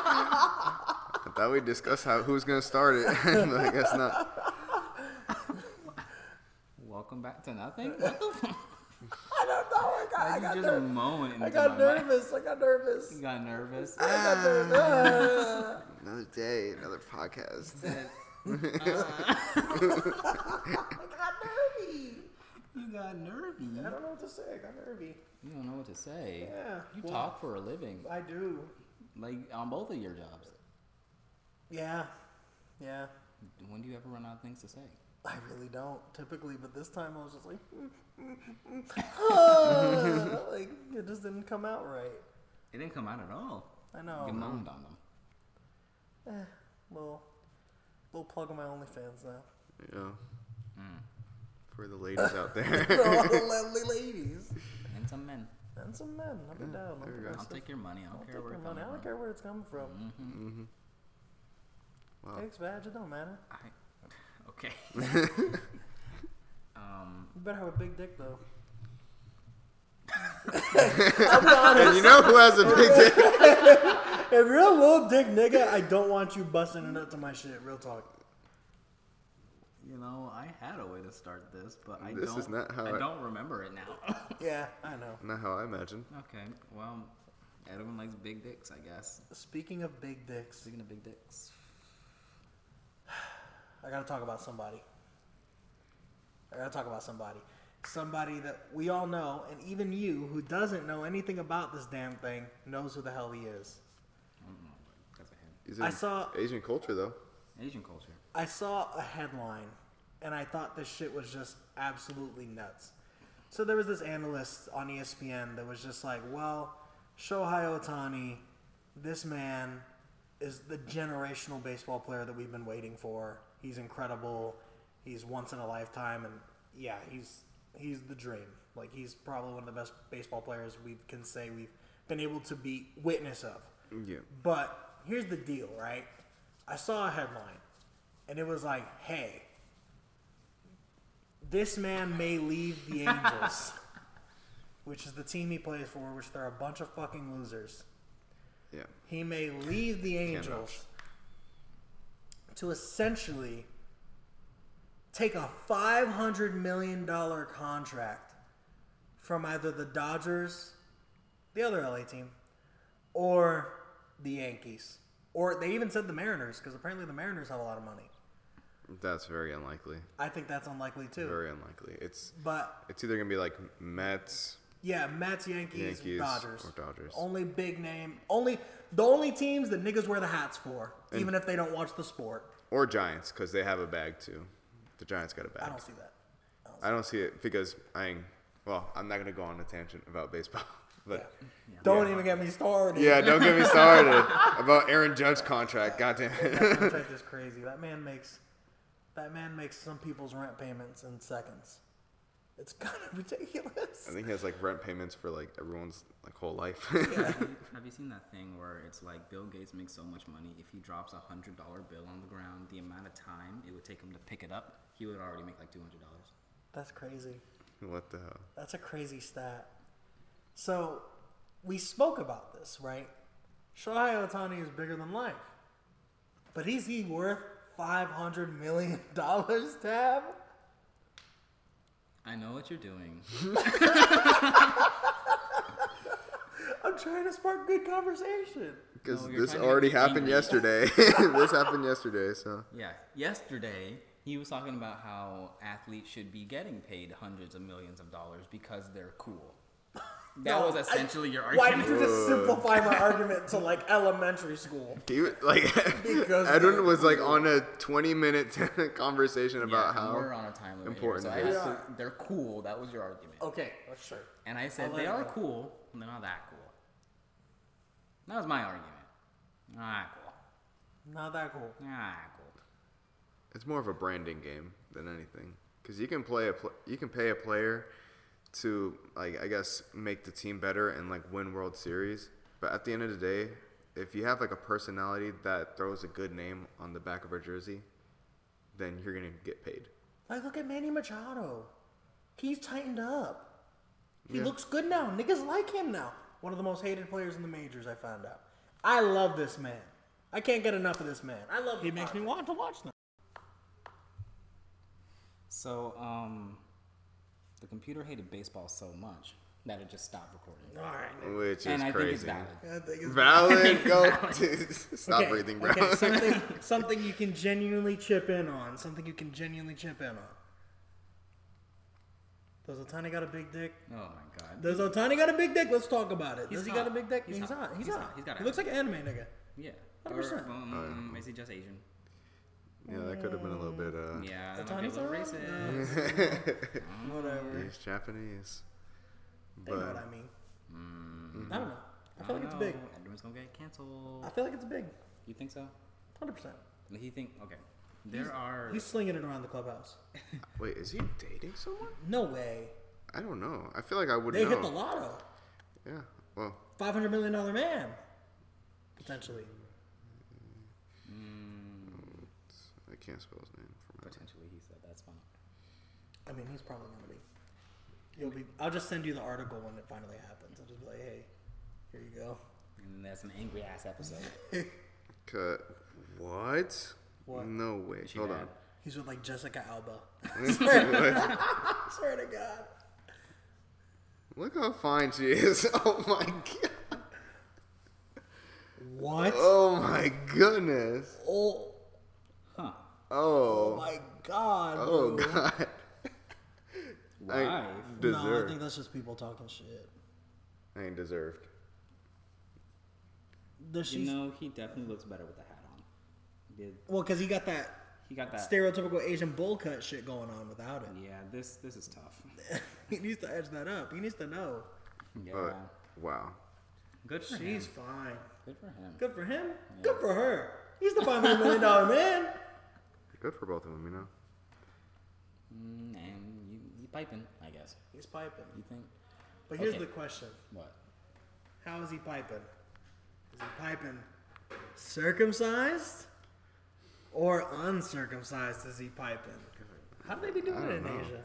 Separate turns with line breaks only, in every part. I thought we discussed how who's gonna start it, but I guess not.
Welcome back to nothing. What the fuck?
I don't know. I got, I
You
got,
just
ner-
moaning into
I got
my mic.
nervous. I got nervous.
You got nervous.
I got nervous.
Another day, another podcast.
I got nervy.
You got nervy.
I don't know what to say. I got nervy.
You don't know what to say.
Yeah.
You
Well,
talk for a living,
I do.
like on both of your jobs.
Yeah. Yeah.
When do you ever run out of things to say?
I really don't typically, but this time I was just like, "Mm, Ah, like it just didn't come out right.
It didn't come out at all.
I
you
know.
moaned on them.
Well, little plug on my OnlyFans now.
Yeah.
Mm.
For the ladies out there.
For all the lovely ladies
And some men.
and some men. Up and down.
there you go.
I'll take your money. I don't
I'll take
care where
your
it
money.
comes
I don't
from.
care where it's coming from.
Mm-hmm.
Wow.
Takes badge. It don't matter.
I- okay. um,
You better have a big dick though.
and you know who has a big dick?
If you're a little dick nigga, I don't want you busting it up to my shit. Real talk.
you know, I had a way to start this, but I
This
don't.
is not how
I
I-
don't remember it now.
Yeah, I know.
Not how I imagine.
okay. Well, everyone likes big dicks, I guess.
Speaking of big dicks,
Speaking of big dicks,
I gotta talk about somebody. I gotta talk about somebody. Somebody that we all know, and even you who doesn't know anything about this damn thing knows who the hell he is.
that's a him.
He's
I
in
saw-
Asian culture though.
Asian culture.
I saw a headline and I thought this shit was just absolutely nuts. So there was this analyst on E ESPN that was just like, well, Shohei Otani, this man is the generational baseball player that we've been waiting for. He's incredible. He's once in a lifetime and yeah, he's he's the dream. Like he's probably one of the best baseball players we can say we've been able to be witness of.
Yeah.
But here's the deal, right? I saw a headline and it was like, hey, this man may leave the Angels, which is the team he plays for, which they're a bunch of fucking losers.
Yeah.
He may leave the Angels to essentially take a $500 million contract from either the Dodgers, the other LA team, or the Yankees. Or they even said the Mariners, because apparently the Mariners have a lot of money.
That's very unlikely.
I think that's unlikely too.
Very unlikely. It's
But
it's either gonna be like Mets.
Yeah, Mets, Yankees,
Yankees
Dodgers.
or Dodgers.
Only big name. Only the only teams that niggas wear the hats for, even if they don't watch the sport.
Or Giants, because they have a bag too. The Giants got a bag.
I don't see that.
I don't see it because I ain't, well, I'm not gonna go on a tangent about baseball. But
Don't even get me started.
yeah, don't get me started about Aaron Judge contract. Goddamn it.
That contract is crazy. That man makes that man makes some people's rent payments in seconds. It's kind of ridiculous.
I think he has like rent payments for like everyone's like whole life.
Have you seen that thing where it's like Bill Gates makes so much money if he drops a hundred dollar bill on the ground, the amount of time it would take him to pick it up, he would already make like two hundred dollars.
That's crazy.
what the hell?
That's a crazy stat. So we spoke about this, right? Shohei Otani is bigger than life. But is he worth five hundred million dollars, Tab?
I know what you're doing.
I'm trying to spark good conversation.
Because
No, you're
this
trying to
already
get me
happened
angry.
yesterday. this happened yesterday, so
Yeah. Yesterday, he was talking about how athletes should be getting paid hundreds of millions of dollars because they're cool. That
No,
was
I-
essentially your
Why did
argument.
you just simplify my argument to like elementary school?
he was, like
Because
Edwin
they're
was like on a 20 minute conversation
Yeah,
about
and we're
how
on a time limit.
important
Important.
it
so I
is.
had to, they're cool. That was your argument.
Okay, well, sure.
And I said
Oh, I'll let
they
it
are
go.
cool, and they're not that cool. That was my argument. Not that cool.
Not that cool.
Not that cool.
it's more of a branding game than anything. Because you can play a pl- you can pay a player to like I guess make the team better and like win World Series, but at the end of the day, if you have like a personality that throws a good name on the back of a jersey, then you're gonna get paid.
Like look at Manny Machado. He's tightened up. He
Yeah.
looks good now. Niggas like him now. One of the most hated players in the majors, I found out. I love this man. I can't get enough of this man. I love. He makes me want to watch them.
So, um, the computer hated baseball so much that it just stopped recording.
All right.
which
and
is
I think it's
crazy.
valid.
I
valid.
think it's-
Go. Stop breathing, bro.
Okay, something, something you can genuinely chip in on. Something you can genuinely chip in on. Does Otani got a big dick?
Oh my god.
Does Otani got a big dick? Let's talk about it.
He's
Does he
hot.
got a big dick?
He's hot.
not. He's,
He's
not.
hot. He's got
he
an
looks like an anime nigga.
yeah.
100%.
Or,
Oh,
um, is he just Asian?
Yeah, that could have been a little bit. Uh,
Yeah, that
That's
might be a
Tony's
little
all
racist.
Whatever.
He's Japanese.
They know what
But mm.
I mean. I don't know. I feel like it's big.
Everyone's gonna get canceled.
I feel like it's big.
You think so?
Hundred percent.
He think okay. There are
He's slinging it around the clubhouse.
wait, is he dating someone?
No way.
I don't know. I feel like I would
They hit the
know.
lotto.
Yeah. Well,
Five hundred million dollar man. Potentially.
I can't spell his name. For my
potentially he said that's fine.
I mean, he's probably gonna be. You'll be. I'll just send you the article when it finally happens. I'll just be like, hey, here you go.
And then that's an angry ass episode.
Cut. What?
What?
No way.
she
Hold
mad?
on.
He's with like Jessica Alba. Swear to God.
Look how fine she is. Oh my god.
What?
Oh my goodness.
Oh,
Huh?
oh
Oh.
my God.
Oh
bro.
god.
Why?
No, I
Deserved.
think that's just people talking shit.
I ain't deserved.
Does she?
you know he definitely looks better with the hat on. He did.
well, because he got that
He got
Uh,
that.
stereotypical Asian bowl cut shit going on without it.
Yeah, this this is tough.
he needs to edge that up. He needs to know.
Yeah.
But wow.
Good for him.
She's fine.
Good for him.
Good for him. Good for her. He's the five hundred million dollar man.
Good for both of them, you know.
Mm, and you you piping, I guess.
He's piping.
You think
But here's
Okay.
the question:
what?
How is he piping? Is he piping circumcised or uncircumcised? Is he piping? How do they be doing
I
it in
don't know.
Asia?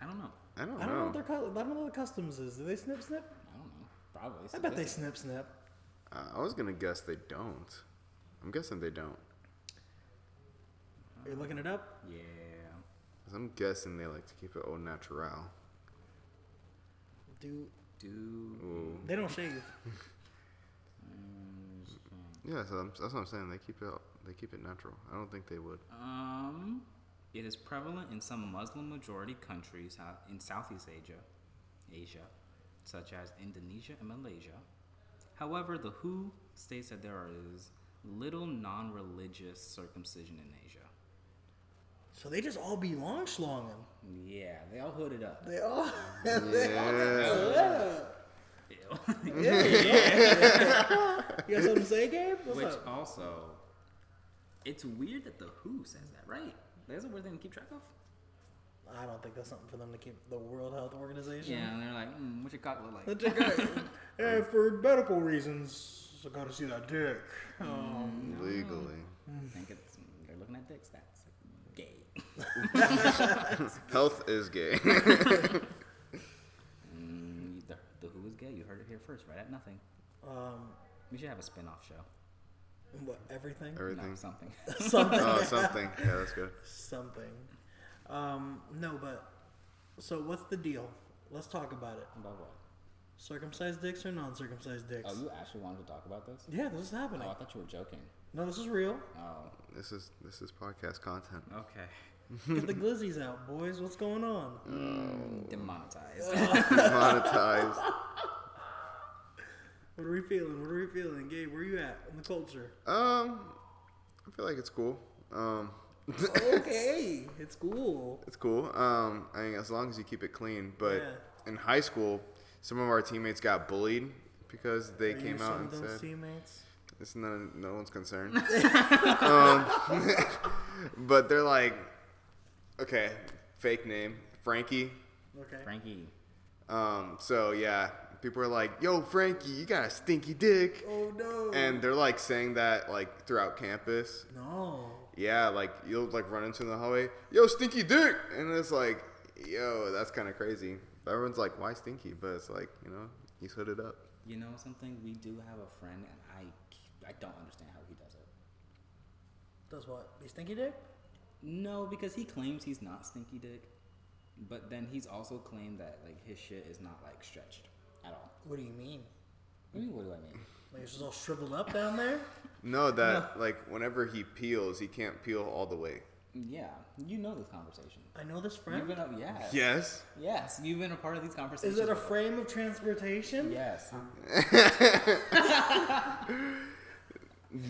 I don't know.
I don't,
I don't know
know.
what their cu- I don't know what the customs is. Do they snip snip?
I don't know. Probably.
I bet they
statistic.
snip snip.
Uh, I was gonna guess they don't. I'm guessing they don't.
Are you looking it up?
Yeah.
'Cause I'm guessing they like to keep it au naturel.
Do
Do.
they don't shave?
Yeah, so I'm, that's what I'm saying. They keep it they keep it natural. I don't think they would.
Um, it is prevalent in some Muslim majority countries uh, in Southeast Asia, Asia, such as Indonesia and Malaysia. However, the WHO states that there is little non religious circumcision in Asia.
So they just all be long schlonging.
Yeah, they all hooded up.
They all.
Yeah.
Ew.
You got something to say, Gabe? What's
Which
up?
also, it's weird that the WHO says that, right? That's a weird thing to keep track of.
I don't think that's something for them to keep the World Health Organization.
Yeah, and they're like, mm, what's your cock look like?
That's a guy. hey, for medical reasons, I gotta see that dick. Um,
Legally.
think it's, they're looking at dick stats. Like, gay.
Health is gay.
Mm, the, the Who is gay. You heard it here first, right at nothing.
um,
We should have a spin-off show.
what, everything?
No,
Everything.
something.
something.
Oh, something. Yeah, that's good.
something. Um, no, but. So what's the deal? Let's talk about it.
about what?
Circumcised dicks or non circumcised dicks?
Oh, you actually wanted to talk about this?
yeah, this is
Oh,
happening.
I thought you were joking.
No, this is real.
Oh,
This is this is podcast content.
okay.
Get the glizzies out, boys. What's going on?
Demonetized.
Monetized.
What are we feeling? What are we feeling? Gabe, where you at in the culture?
Um, I feel like it's cool. Um,
okay, it's cool.
it's cool. Um, I mean, as long as you keep it clean. But
Yeah.
in high school, some of our teammates got bullied because they
Are
came
you
out
some
and
of those
said,
teammates?
"It's none, no one's concerned." um, but they're like, okay, fake name Frankie.
Okay.
Frankie.
Um, so yeah, people are like, "Yo, Frankie, you got a stinky dick,"
Oh no.
and they're like saying that like throughout campus.
no.
Yeah, like you'll like run into in the hallway, yo, stinky dick, and it's like, yo, that's kind of crazy. Everyone's like, why stinky? But it's like, you know, he's hooded up.
You know something? We do have a friend, and I, I don't understand how he does it.
Does what? Be stinky dick?
No, because he claims he's not stinky dick, but then he's also claimed that like his shit is not like stretched at all.
What do you mean?
What do you- what do I mean?
Like it's just all shriveled up down there?
No, that like whenever he peels, he can't peel all the way.
Yeah, you know this conversation.
I know this
You've
friend.
been a, yeah.
Yes.
Yes, you've been a part of these conversations.
Is it a
with
frame of
him.
transportation?
Yes.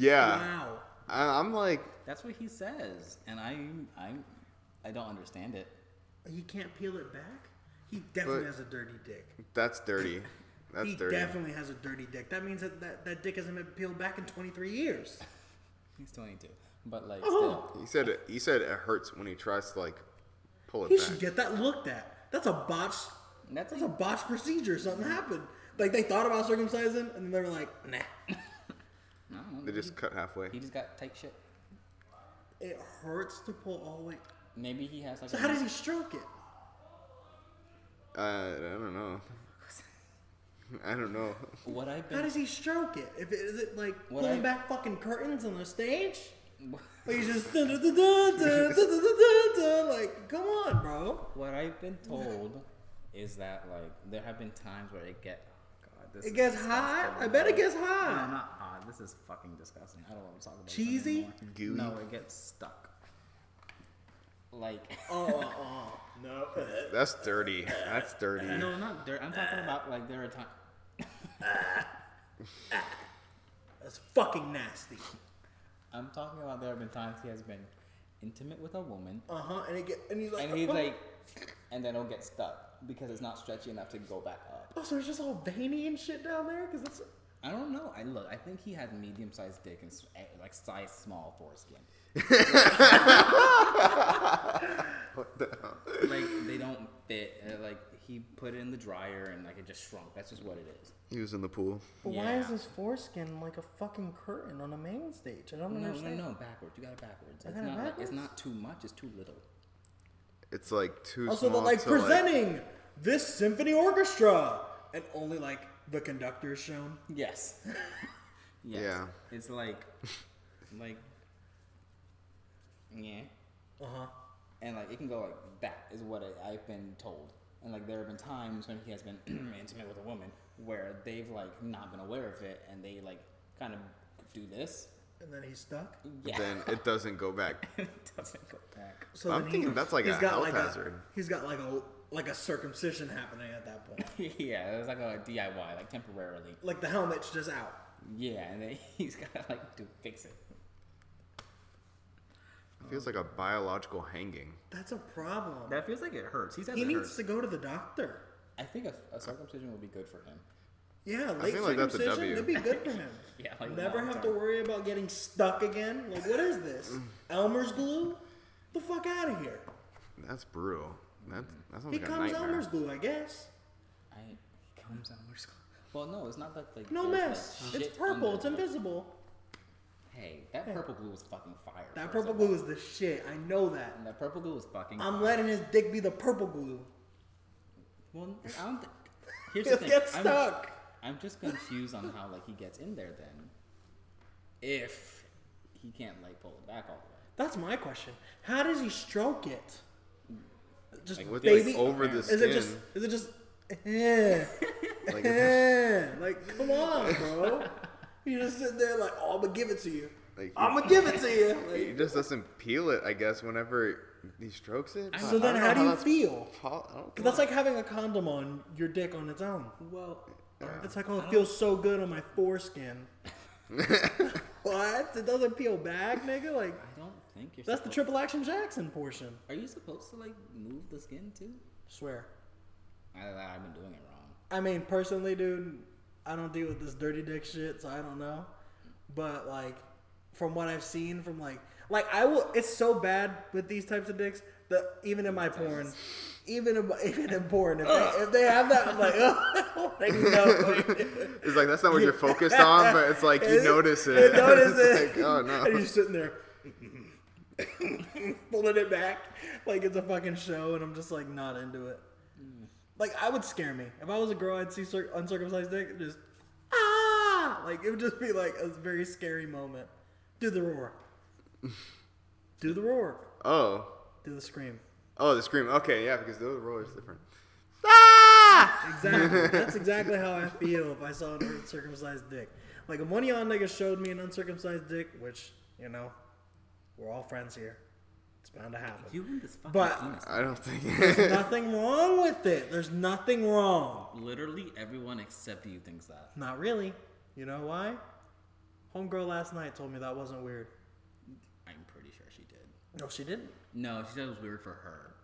Yeah.
Wow.
I, I'm like,
That's what he says, and I I I don't understand it.
He can't peel it back? He definitely
But-
has a dirty dick.
that's dirty. That's
he
dirty.
definitely has a dirty dick. That means that, that that dick hasn't been peeled back in 23 years.
He's 22, but like
Oh.
still,
he said it, he said it hurts when he tries to like pull it
He
back.
should get that looked at. That's a botched.
That's
That's a
like-
botched procedure.
Mm-hmm.
Something happened. Like they thought about circumcising, and then they were like, "Nah,
I don't know,
they just cut halfway.
he just got tight shit.
it hurts to pull all the way."
Maybe he has like.
So
a
how does he stroke it?
Uh, I don't know. I don't know.
What I've
How
been.
does he stroke it? If it, is it like
What
pulling
I-
back fucking curtains on the stage?
what
Like he's just dun- dun- dun- dun- dun- dun- dun- dun- dun- like, come on, bro.
I've been told is that like there have been times where it get. God, this
It
is
gets hot. I
disgusting.
bet it gets
No,
hot.
not hot. This is fucking disgusting. I don't want to talk about this
Cheesy?
anymore.
Gooey?
No, it gets stuck. Like.
Oh, oh, oh. no.
That's dirty. That's dirty.
No, not dirt. I'm talking about like there are times.
That's fucking nasty.
I'm talking about there have been times he has been intimate with a woman,
Uh huh. And it get and he's like,
and he's like, and then it'll get stuck because it's not stretchy enough to go back up.
oh, so it's just all veiny and shit down there because it's
I don't know. I look. I think he had medium-sized dick and s- eh, like size small foreskin. Like they don't fit. and, Like he put it in the dryer and like it just shrunk. That's just what it is.
He was in the pool.
But
Yeah.
foreskin like a fucking curtain on a main stage? I don't
No, no, no, backwards. You got it backwards. It's
got it
not like it's
backwards?
not too much. It's too little.
It's like too
Also, they're
small
like
to, like-
presenting this symphony orchestra, and only like the conductor is shown.
Yes. yes.
Yeah.
It's like, like, yeah,
Uh huh.
and like it can go like that is what I, I've been told, and like there have been times when he has been intimate with a woman where they've like not been aware of it and they like kind of do this.
And then he's stuck.
Yeah.
Then it doesn't go back.
it doesn't go back.
So
I'm
then
thinking that's like
he's
a
got
health
like
hazard.
A, he's got like a like a circumcision happening at that point.
yeah, it was like a DIY, like temporarily.
like the helmet's just out.
Yeah, and then he's gotta like to fix it.
It feels like a biological hanging.
That's a problem.
That feels like it hurts. He says
he
it
needs
hurts.
to go to the doctor.
I think a, a circumcision would be good for him.
Yeah, late
feel like that's a W.
circumcision would be good for him.
Yeah, like
Never
long
have to
term.
worry about getting stuck again. Like, what is this? Elmer's glue? The fuck out of here.
That's brutal. That, that sounds
He
like a
comes
nightmare.
Elmer's glue, I guess.
I he comes out more school. Well, no, it's not that like
No
there's, like,
mess.
shit
It's purple.
under
It's
it.
invisible.
Hey, that purple glue was fucking fire.
That
first
purple
of all.
glue is the shit. I know that.
And that purple glue was fucking.
I'm letting his dick be the purple glue.
well, I don't. Th- here's the
He'll
thing.
get
I'm-
stuck.
I'm, just confused on how like he gets in there then, if he can't like pull it back all the way.
That's my question. How does he stroke it? Just
Like, with,
baby
like, over the
Is it just?
skin.
Is it just? Eh,
Like, it's-
eh, like, come on, bro. You just sit there like, oh, I'm gonna give it to you.
Like,
I'm gonna give it to you.
he
Like,
just doesn't peel it, I guess, whenever he strokes it.
so then, how do you feel?
Paul, I don't
'Cause that's like having a condom on your dick on its own.
Well,
It's like, oh, it feels so good on my foreskin. what? It doesn't peel back, nigga. Like
I don't think you're.
that's the
supposed-
triple action Jackson portion.
Are you supposed to like move the skin too?
Swear.
I, I've been doing it wrong.
I mean, personally, dude, I don't deal with this dirty dick shit, so I don't know. But like, from what I've seen, from like, like I will. It's so bad with these types of dicks that even in my porn, even in my- even in porn, if they, if they have that, I'm like, oh, like no.
It's like that's not what you're focused on, but it's like you notice it.
You notice
It's
it.
like, oh
And you're
no.
just sitting there. pulling it back like it's a fucking show, and I'm just like not into it. Like, I would scare me. If I was a girl, I'd see cir- uncircumcised dick, and just, ah! Like, it would just be like a very scary moment. Do the roar. Do the roar.
Oh,
Do the scream.
oh, the scream. Okay, yeah, because the roar is different. Ah!
Exactly. That's exactly how I feel if I saw an uncircumcised dick. Like if one of y'all niggas showed me an uncircumcised dick, which you know, we're all friends here. It's bound to happen.
You and this fucking
But-
penis.
I don't think.
nothing wrong with it. There's nothing wrong.
Literally everyone except you thinks that.
Not really. You know why? Homegirl last night told me that wasn't weird.
I'm pretty sure she did.
No, she didn't.
No, she said it was weird for her.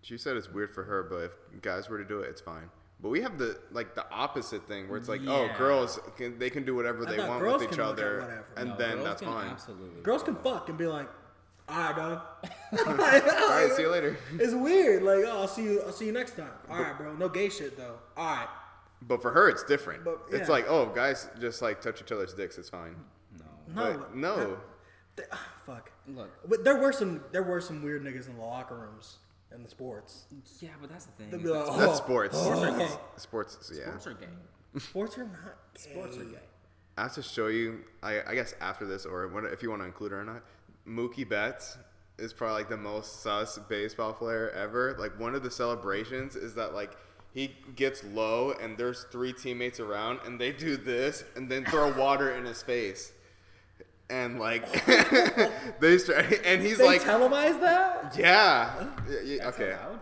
She said it's weird for her, but if guys were to do it, it's fine. But we have the like the opposite thing where it's like,
Yeah.
oh, girls can, they can do whatever they
thought
want
girls
with each
can look at
other,
whatever.
and
No,
then
girls
that's
can
fine.
Absolutely.
Girls can fuck and be like, alright, dog.
All right, see you later.
It's weird. Like, oh, I'll see you. I'll see you next time. All right, bro. No gay shit though. All right.
But for her, it's different.
But,
It's
yeah.
like, oh, guys just like touch each other's dicks. It's fine.
No.
No.
But no,
Th- ah, fuck.
Look.
But there were some there were some weird niggas in the locker rooms and the sports.
Yeah, but that's the thing.
They'd
is
be
that
like,
that's
oh,
sports.
oh.
Sports, yeah.
Sports are gay.
Sports are not.
Sports are
gay.
gay.
I have to show you. I, I guess after this, or when, if you want to include her or not, Mookie Betts is probably like the most sus baseball player ever. Like one of the celebrations is that like he gets low and there's three teammates around and they do this and then throw water in his face. And like they start, and he's
They
like,
televise that.
yeah, Yeah, yeah, okay,
Allowed?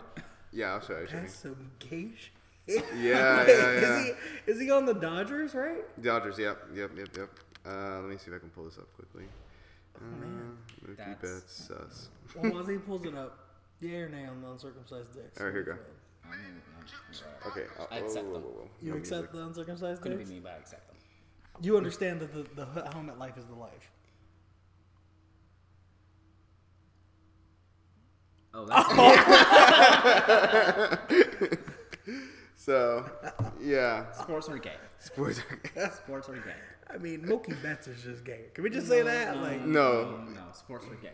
yeah, I'll show you.
That's some gay shit.
Yeah,
Wait,
yeah,
Is
yeah.
he is he on the Dodgers? Right.
Dodgers, yep, yep, yep, yep. Uh, let me see if I can pull this up quickly. Uh, Mookie
Oh, That's-
Betts sus.
Well, once he pulls it up, yeah or nay on the uncircumcised dicks.
All right, here we go.
I mean, no, whatever.
Okay. Uh,
I accept them.
You
No
accept the uncircumcised
Couldn't be
dicks?
me, but I accept them.
You understand that the, the h- helmet life is the life.
Oh, that's
music. So, yeah.
sports are gay.
Sports.
Sports are gay.
I mean, Mookie Betts is just gay. Can we just say that?
No,
like,
No.
Oh, no, sports are gay.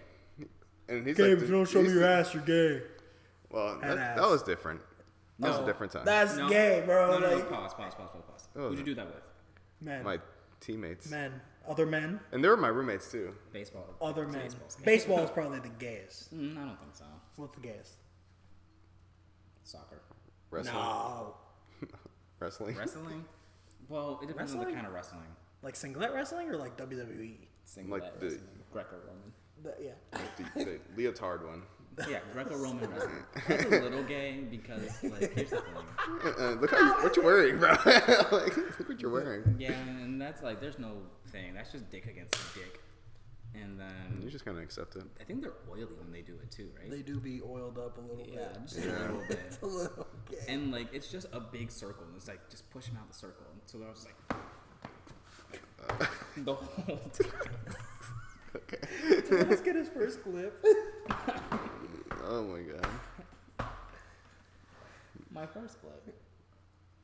And he's
okay,
like,
if you don't show me your ass, you're gay.
Well, that,
ass.
that was different. That was
No,
a different time.
That's
No.
gay, bro.
No, no, no,
like,
pause, pause, pause, pause, pause.
Oh,
Who'd you
no.
do that with?
men,
my teammates.
men, other men,
And they were my roommates too.
Baseball.
other men.
Baseball's gay.
Baseball is probably the gayest.
Mm, I don't think so.
What's the gayest?
Soccer.
Wrestling.
No,
Wrestling.
Wrestling? Well, it depends on the
Wrestling?
kind of wrestling.
like singlet wrestling or like WWE.
Singlet
Like the-
wrestling. Greco-Roman.
The- yeah,
the, the leotard one.
Yeah, Greco-Roman wrestling. That's a little gay because, like, here's the thing.
Uh, uh, look how you, what you're wearing, bro. like, look what you're wearing.
Yeah, and that's like, there's no thing. That's just dick against dick. And
You
then
just kind of accept it.
I think they're oily when they do it too, right?
they do be oiled up a little
yeah,
bit.
just a little bit.
A little gay.
And like, it's just a big circle. And it's like, just push him out the circle. And so I was like, the whole time.
Let's get his first clip.
Oh my god.
My first clip.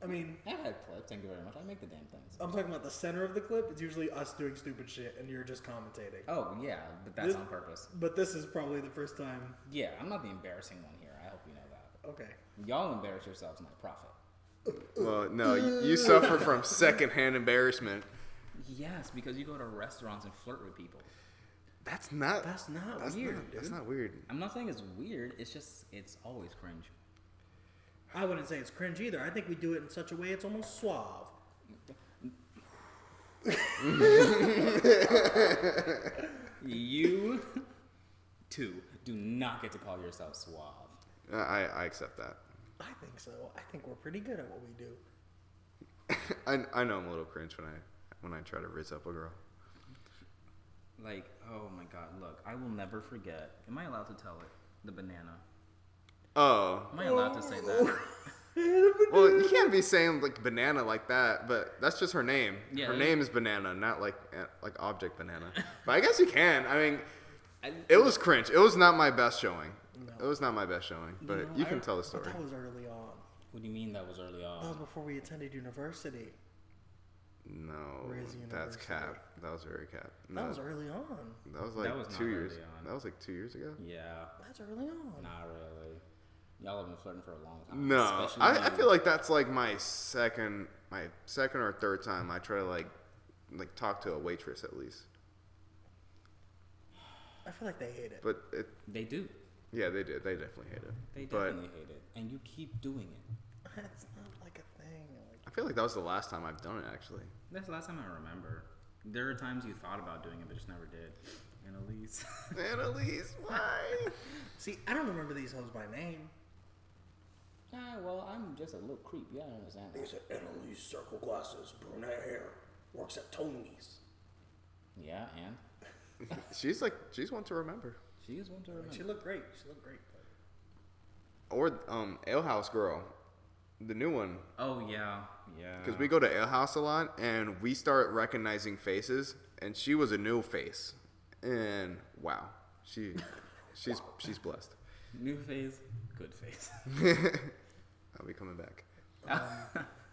I mean,
I've had clips. Thank you very much. I make the damn things.
I'm talking about the center of the clip. It's usually us doing stupid shit, and you're just commentating.
Oh yeah, but that's
This-
on purpose.
But this is probably the first time.
Yeah, I'm not the embarrassing one here. I hope you know that.
Okay.
Y'all embarrass yourselves, not profit.
Well, no, you, you suffer from secondhand embarrassment.
Yes, because you go to restaurants and flirt with people.
That's not.
That's not
that's
weird,
not-
dude.
That's not weird.
I'm not saying it's weird. It's just it's always cringe.
I wouldn't say it's cringe either. I think we do it in such a way it's almost suave.
You two do not get to call yourself suave.
Uh, I, I accept that.
I think so. I think we're pretty good at what we do.
I, I know I'm a little cringe when I when I try to rizz up a girl.
Like, oh my god, look, I will never forget. Am I allowed to tell it? The banana.
Oh,
Am I allowed to say that?
well, you can't be saying like banana like that, but that's just her name.
Yeah,
her
yeah.
name is banana, not like uh, like object banana. but I guess you can. I mean,
I,
it was cringe. It was not my best showing.
No.
It was not my best showing, but you,
know,
can
I-
tell the
But
story.
that was early on.
what do you mean that was early
That was
on?
before we attended university.
No,
Riz
that's
University.
cap. That was very cap. No,
That was early on.
that was like
was not
two years.
early on.
That was like two years ago.
Yeah,
That's early on.
not really. Y'all have been flirting for a long time.
No,
especially
I, I
you.
feel like that's like my second, my second or third time I try to like, like talk to a waitress at least.
I feel like they hate it.
But it,
they do.
yeah, they did. They definitely hate it.
They
but
definitely hate it, and you keep doing it.
That's not like a thing. Like,
I feel like that was the last time I've done it actually.
That's the last time I remember. There are times you thought about doing it, but just never did. And Elise,
Annalise, why?
see, I don't remember these hoes by name.
ah, well, I'm just a little creep. Yeah, I don't understand.
These are Annalise circle glasses, brunette hair, works at Tony's.
Yeah, and
she's like, she's one to remember.
she is one to remember.
She looked great. She looked great.
Or um, Ale House Girl, the new one.
oh yeah, yeah.
Because we go to Ale House a lot, and we start recognizing faces, and she was a new face, and wow, she, she's she's blessed.
new phase, good phase.
I'll be coming back.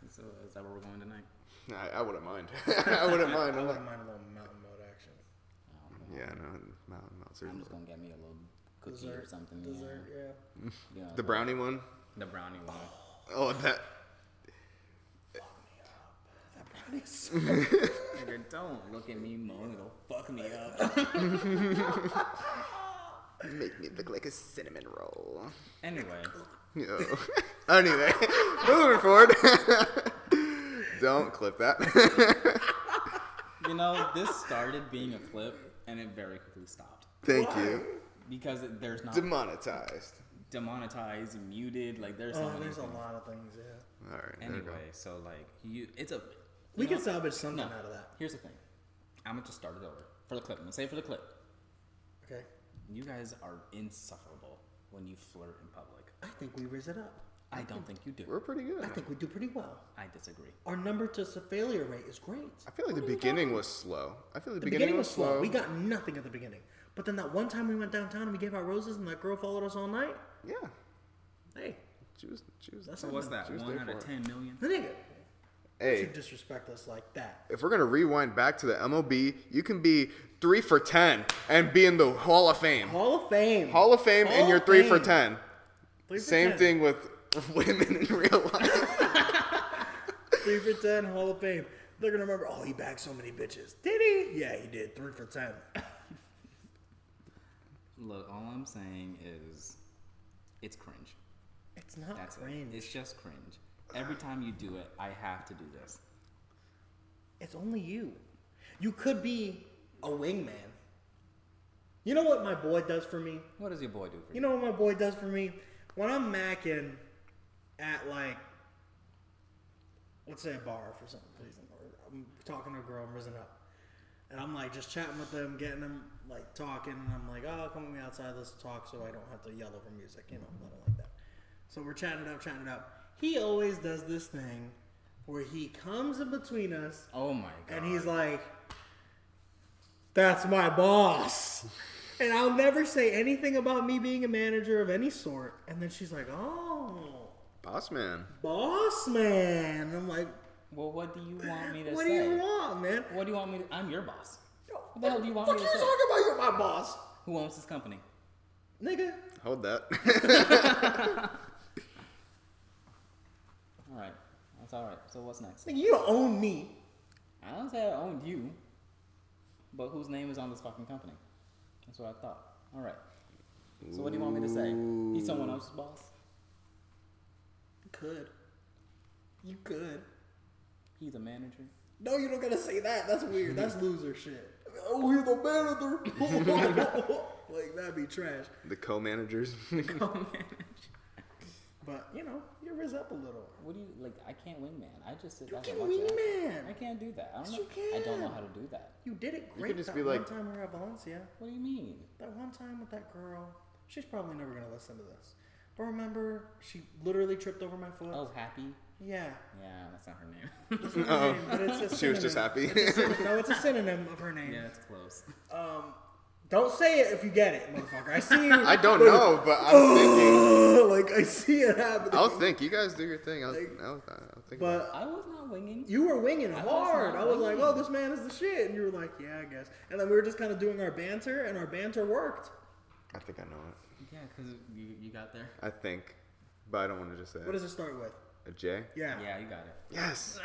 so is that where we're going tonight?
I, I wouldn't mind. I wouldn't mind. I'm
I
like,
wouldn't mind a little mountain mode action.
I don't know.
yeah, no, mountain mounts are
Um, I'm just gonna get me a little cookie or something. yeah.
Dessert, yeah.
You know,
the brownie one.
the brownie one.
Oh, that
Nigga, don't look at me, moan. It'll fuck me up.
make me look like a cinnamon roll.
anyway,
No. anyway, moving forward. Don't clip that.
you know this started being a clip, and it very quickly stopped
Thank you.
because it, there's not
Demonetized.
demonetized, muted. Like there's so
Oh,
many
there's a
things.
lot of things, yeah.
All right. there we go.
Anyway, so like you, it's a.
We
you
can salvage something
no,
out of that.
Here's the thing. I'm gonna just start it over for the clip. I'm gonna say it for the clip.
Okay.
You guys are insufferable when you flirt in public.
I think we raise it up.
I don't think you
We're
do.
pretty good.
I think we do pretty well.
I disagree.
Our number to s- failure rate is great.
I feel like the beginning was slow. I feel like
The beginning was slow. We got nothing at the beginning. But then that one time we went downtown and we gave out roses and that girl followed us all night.
Yeah.
Hey,
She was. She was.
That's
So what's that?
She was
One
there
out of
for it.
ten million.
the nigga.
Hey,
You disrespect us like that.
if we're gonna rewind back to the MOB, you can be three for ten and be in the Hall of Fame.
Hall of Fame.
Hall of Fame,
Hall
and you're
of
three for
Fame.
ten.
Three for
Same
10.
thing with women in real life.
Three for ten, Hall of Fame. They're gonna remember. Oh, he bagged so many bitches. Did he? Yeah, he did. Three for ten.
Look, all I'm saying is, it's cringe.
It's not
That's
cringe.
it. It's just cringe. Every time you do it, I have to do this.
It's only you. You could be a wingman. You know what my boy does for me?
What does your boy do for
You know what my boy does for me? When I'm macking at like, let's say a bar for some reason, or I'm talking to a girl, I'm risen up, and I'm like just chatting with them, getting them like talking, and I'm like, oh, come with me outside, let's talk, so I don't have to yell over music, you know, nothing like that. So we're chatting it up, chatting it up. He always does this thing where he comes in between us
Oh my god.
and he's like, "That's my boss," and I'll never say anything about me being a manager of any sort. And then she's like, "Oh,
Boss man.
boss man." I'm like,
Well, what do you want me to
"What do
say?
you want, man?"
What do you want me to? I'm your boss. What the hell do you want
Fuck
me
you
to say?
talking about? You're my boss,
Who owns this company?
nigga.
Hold that.
All right, that's all right. So what's next?
Like, you don't own me.
I don't say I owned you, but whose name is on this fucking company? That's what I thought. All right. So what do you want me to say? He's someone else's boss.
You could, you could.
He's a manager.
No, you don't gotta say that. That's weird. That's loser shit. Oh, he's the manager. like that'd be trash.
the co-managers.
But you know, you rizz up a little.
What do you like? I can't wingman. I just sit
You
back
can
and watch it.
wingman.
I can't do that. I don't
Yes,
know.
you
I don't know
can.
how to do that.
You did it
could
great
just
that
be
one
like-
time we were at Valencia.
What do you mean?
That one time with that girl. She's probably never gonna listen to this. But remember, she literally tripped over my foot.
Oh, happy.
Yeah.
Yeah, that's not her name.
It's not her name, but it's a
Oh, she was just
synonym.
happy.
It's a syn- no, it's a synonym of her name.
yeah, it's close.
Um, don't say it if you get it, motherfucker. I see you.
I don't know, but I'm thinking.
like I see it happening.
I'll think. You guys do your thing. I'll, I'll, I'll think. about
but
I was not winging.
you were winging
I was
hard.
not
I was like,
winging.
"Oh, this man is the shit," and you were like, "Yeah, I guess." And then we were just kind of doing our banter, and our banter worked.
it. I think I know it.
Yeah, because you, you got there.
I think. but I don't want to just say
What
it.
does it start with?
a J.
Yeah.
Yeah, you got it.
Yes.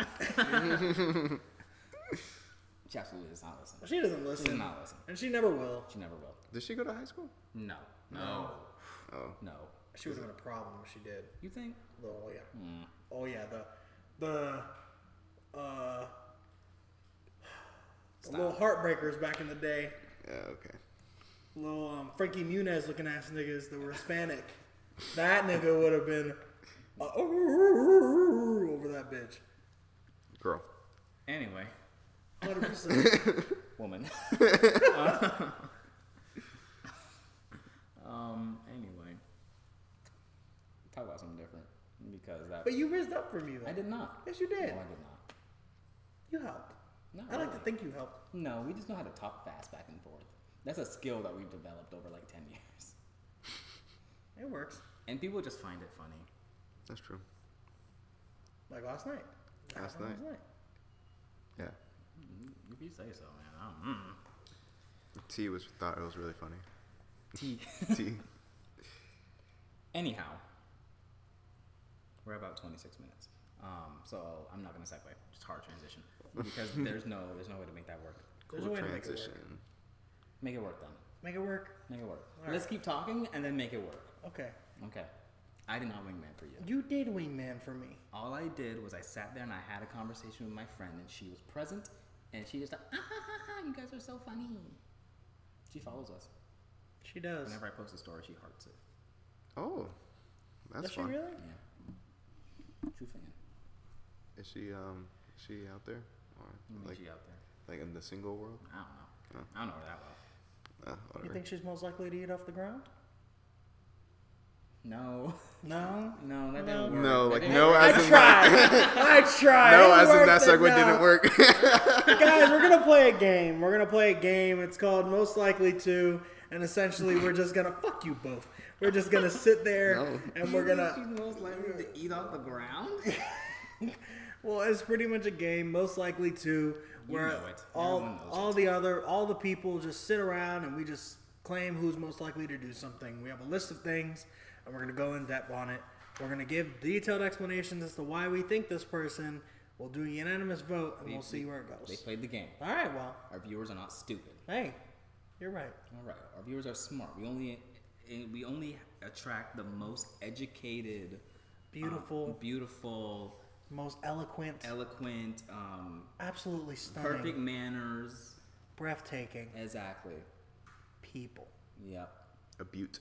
She absolutely does not listen.
She doesn't
She
listen.
does not listen.
And she never will.
She never will.
Did she go to high school?
No. No.
Oh.
No.
She would have been a problem if she did.
You think?
Oh yeah.
Mm.
Oh yeah. The the uh the little heartbreakers back in the day.
Yeah. Okay.
Little um, Frankie Muniz looking ass niggas that were Hispanic. that nigga would have been uh, over that bitch.
Girl.
Anyway,
100%.
woman. um. Anyway, talk about something different because that.
but you raised up for me though.
I did not.
Yes, you did.
No, I did not.
You helped.
Not
I like to
really.
think you helped.
No, we just know how to talk fast back and forth. That's a skill that we've developed over like ten years,
It works.
and people just find it funny.
That's true.
Like last night.
Last
Last
night.
night.
Yeah.
If you say so, man. I don't mm. know.
T was thought it was really funny.
T.
T.
Anyhow, we're about 26 minutes. Um, so I'm not gonna segue. Just hard transition because there's no there's no way to make that work.
There's a
Cool
way to make it work.
transition.
Make it work then.
Make it work.
Make it work.
All
Let's keep talking and then make it work.
Okay.
Okay. I did not wingman for you.
You did wingman for me.
All I did was I sat there and I had a conversation with my friend and she was present and she just like, ah, ha, ha, ha, you guys are so funny. She follows us.
She does.
Whenever I post a story, she hearts it.
Oh, that's
Does she
fun.
really?
Yeah. True fan.
Is she um is she out there or
You mean
like
she out there?
like in the single world?
I don't know. I don't know her that well.
Uh,
You
whatever.
think she's most likely to eat off the ground?
No.
No.
No, that
No.
didn't work.
No,
That
like
didn't
no,
work.
as in
Try. I tried.
no,
It
as in
worked
that
and
segue
no.
didn't work.
Guys, we're gonna play a game. We're gonna play a game. It's called Most Likely To, and essentially we're just gonna fuck you both. We're just gonna sit there
No.
and we're
You think
gonna.
She's most likely to eat off the ground.
Well, it's pretty much a game. Most Likely To, where
know it.
all
Everyone knows
all the other all the people just sit around and we just claim who's most likely to do something. We have a list of things, and we're gonna go in depth on it. We're gonna give detailed explanations as to why we think this person. We'll do a unanimous vote, and we'll see where it
They
goes.
played the game.
All right. Well,
Our viewers are not stupid.
hey, you're right.
All right, our viewers are smart. We only eh, we only attract the most educated,
Beautiful.
um, beautiful,
most eloquent,
eloquent, um,
absolutely stunning,
perfect manners.
breathtaking
Exactly.
people.
Yep.
a butte,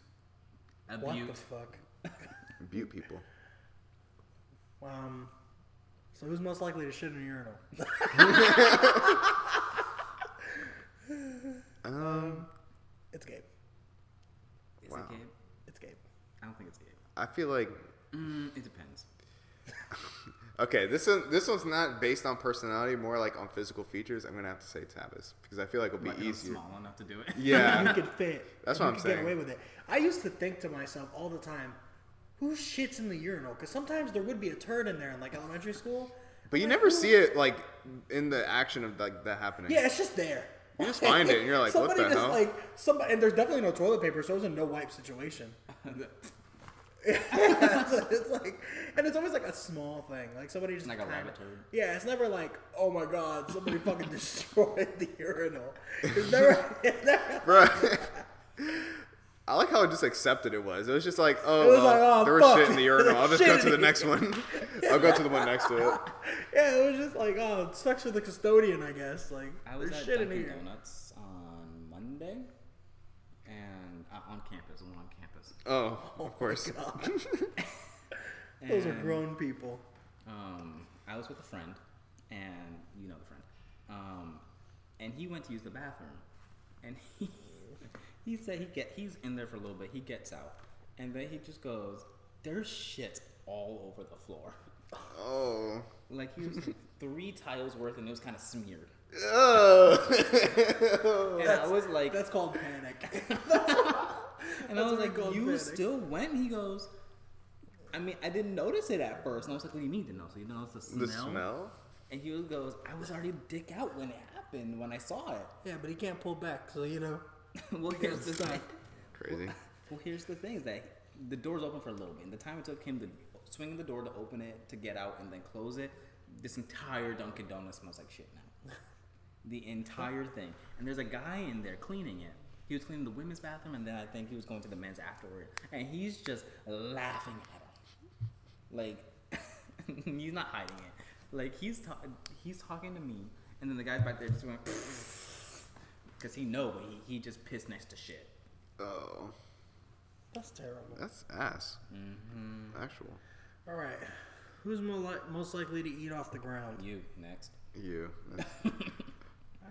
A
What
beaut.
the fuck?
a butte people.
Um, so who's most likely to shit in a urinal?
Um,
It's Gabe.
Is
Wow.
it Gabe?
It's Gabe.
I don't think it's Gabe.
I feel like
Mm, it depends.
okay. This one, this one's not based on personality, more like on physical features. I'm gonna have to say Tavis because I feel like it'll be
Like, I'm
easier.
small enough to do it.
You
Yeah,
could fit.
That's
You
what I'm
could Get
saying.
away with it. I used to think to myself all the time, who shits in the urinal? Because sometimes there would be a turd in there in like elementary school.
but you
Like,
never
who-
see it like in the action of like that happening.
Yeah, it's just there.
You just find it and you're like, what
somebody
the
just
hell?
like somebody, and there's definitely no toilet paper, so it was a no wipe situation. it's like, and it's always like a small thing. Like somebody just
Like a
kinda-
rabbit turd.
Yeah, it's never like, oh my god, somebody fucking destroyed the urinal. It's never. It's never
Bruh. I like how just accepted it was. It was just like, oh,
It was
well,
like, oh,
there was
fuck.
shit in the urinal. I'll just
Shit
go
in
to
the
the next one. I'll go to the one next to it.
yeah, it was just like, oh, it sucks for the custodian, I guess. Like,
I was
there's
at
shit in
Dunkin'
here.
Donuts on Monday, and uh, on campus, the one on campus.
Oh, of course.
Those are
And-
grown people.
um, I was with a friend, and you know the friend, um, and he went to use the bathroom, and he he said he get he's in there for a little bit. He gets out, and then he just goes, "There's shit all over the floor."
Oh.
Like he was three tiles worth, and it was kind of smeared.
Oh.
And I was like,
That's called panic.
and I was
what we
like,
call
"You
panic."
still went?" He goes. I mean, I didn't notice it at first, and I was like, "What do you mean didn't notice? You didn't notice the smell?"
The smell?
And he goes, "I was already dick out when it happened, when I saw it."
yeah, but he can't pull back, so you know.
well, here's the
Stop.
thing.
Crazy.
Well, here's the thing is that the door's open for a little bit. And the time it took him to swing the door to open it, to get out, and then close it, this entire Dunkin' Donuts smells like shit now. the entire thing. And there's a guy in there cleaning it. He was cleaning the women's bathroom, and then I think he was going to the men's afterward. And he's just laughing at him. Like he's not hiding it. Like he's ta- he's talking to me, and then the guy back there just went because he know, but he, he just pissed next to shit.
Oh,
That's terrible.
that's ass. Actual.
All right. Who's mo- li- most likely to eat off the ground?
You next.
You. That's,
All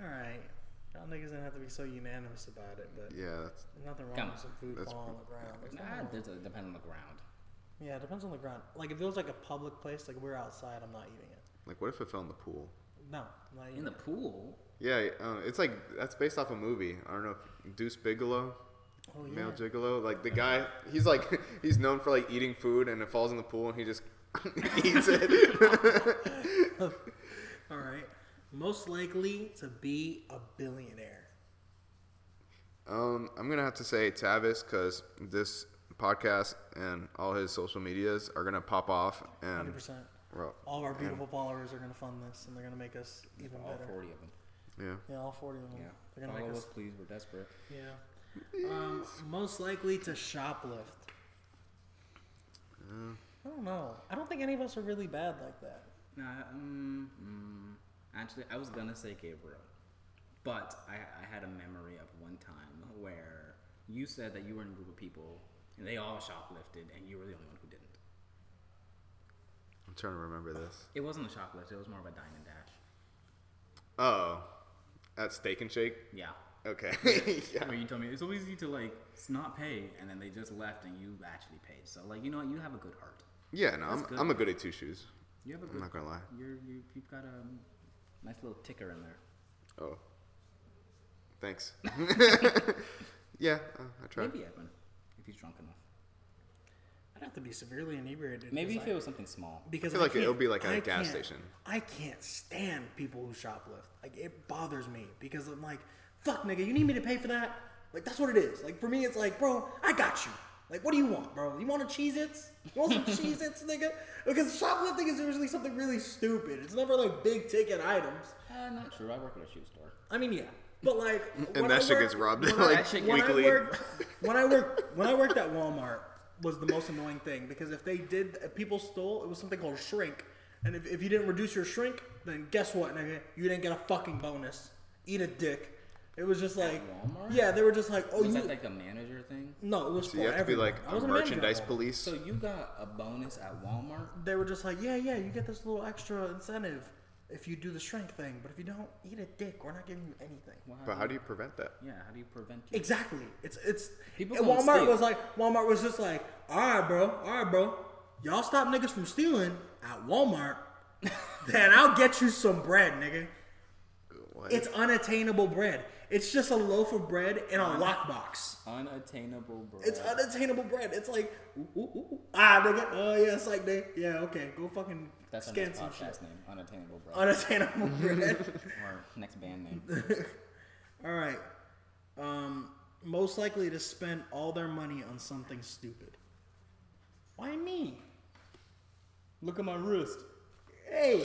right. Y'all niggas don't have to be so unanimous about it, but
yeah. That's,
nothing wrong
Come
with
on.
some food
That's-
falling on the ground. There's nothing
Nah,
wrong.
there's a depend on the ground.
Yeah, it depends on the ground. Like if it was like a public place, like we're outside, I'm not eating it.
like, what if it fell in the pool?
No, I'm not
In
eating
the pool,
Yeah, um, it's like that's based off a movie. I don't know, if Deuce Bigelow,
Oh,
male
yeah.
gigolo. Like the guy, he's like he's known for like eating food, and it falls in the pool, and he just eats it.
it. Oh, All right. Most likely to be a billionaire.
Um, I'm gonna have to say Tavis because this podcast and all his social medias are gonna pop off, and
100%.
well,
All of our beautiful followers are going to fund this and they're going to make us even
all
better.
forty of them.
yeah,
Yeah, all 40 of them.
Yeah,
They're going to
follow
make
us,
us.
please. We're desperate.
Yeah. Um, most likely to shoplift. I don't know. I don't think any of us are really bad like that.
Nah, um, mm, actually, I was gonna say Gabriel, but I, I had a memory of one time where you said that you were in a group of people and they all shoplifted, and you were the only one who didn't.
I'm trying to remember this.
It wasn't a shoplift; it was more of a dine and dash.
Oh, at Steak and Shake.
Yeah,
Okay, yeah.
where you told me it's always easy to like s- not pay, and then they just left, and you actually paid. So like, you know, what? you have a good heart.
yeah, no, I'm,
good.
I'm a goody two shoes.
You have a good.
I'm not gonna lie.
You're, you you've got a nice little ticker in there.
Oh, thanks. yeah, uh, I tried.
Maybe Edwin, if he's drunk enough.
I'd have to be severely inebriated.
Maybe if
because I-
it was something small.
because
I feel like
can't-
it'll be like at a
I
gas
can't-
station.
I can't stand people who shoplift. Like it bothers me because I'm like, fuck, nigga, you need me to pay for that? Like that's what it is. Like for me, it's like, bro, I got you. Like what do you want, bro? You want a Cheez-Its? You want some Cheez-Its, nigga? Because shoplifting is usually something really stupid. It's never like big ticket items.
Uh, not true. I work at a shoe store.
I mean, yeah, but like, when
And
I
that shit
work-
gets robbed
when I-
like
that shit gets-
when
weekly.
I worked, when I worked, when I worked at Walmart was the most annoying thing because if they did, if people stole, it was something called shrink, and if, if you didn't reduce your shrink, then guess what, nigga, you didn't get a fucking bonus. Eat a dick. It was just like,
Walmart?
yeah, they were just like, oh,
Was
you
that like a manager thing?
no, it was
So
for
you have to be
everyone.
like
I
a
was manager at
merchandise
Walmart.
police.
So you got a bonus at Walmart?
They were just like, yeah, yeah, you get this little extra incentive if you do the shrink thing, but if you don't, eat a dick. We're not giving you anything.
Well,
but how do you prevent that?
Yeah, how do you prevent your
Exactly. It's it's
People
and
gonna
Walmart
steal.
was like Walmart was just like, all right, bro, all right, bro, y'all stop niggas from stealing at Walmart, then I'll get you some bread, nigga.
What?
It's unattainable bread. It's just a loaf of bread in a lockbox.
unattainable bread?
It's unattainable bread. It's like ooh, ooh, ooh, ooh. ah, nigga, oh yeah, it's like nigga, yeah, okay, go fucking
That's our
scan
next
some shit.
podcast name, unattainable bread.
Unattainable bread.
or next band name.
All right. Um, most likely to spend all their money on something stupid. Why me?
Look at my wrist.
Hey,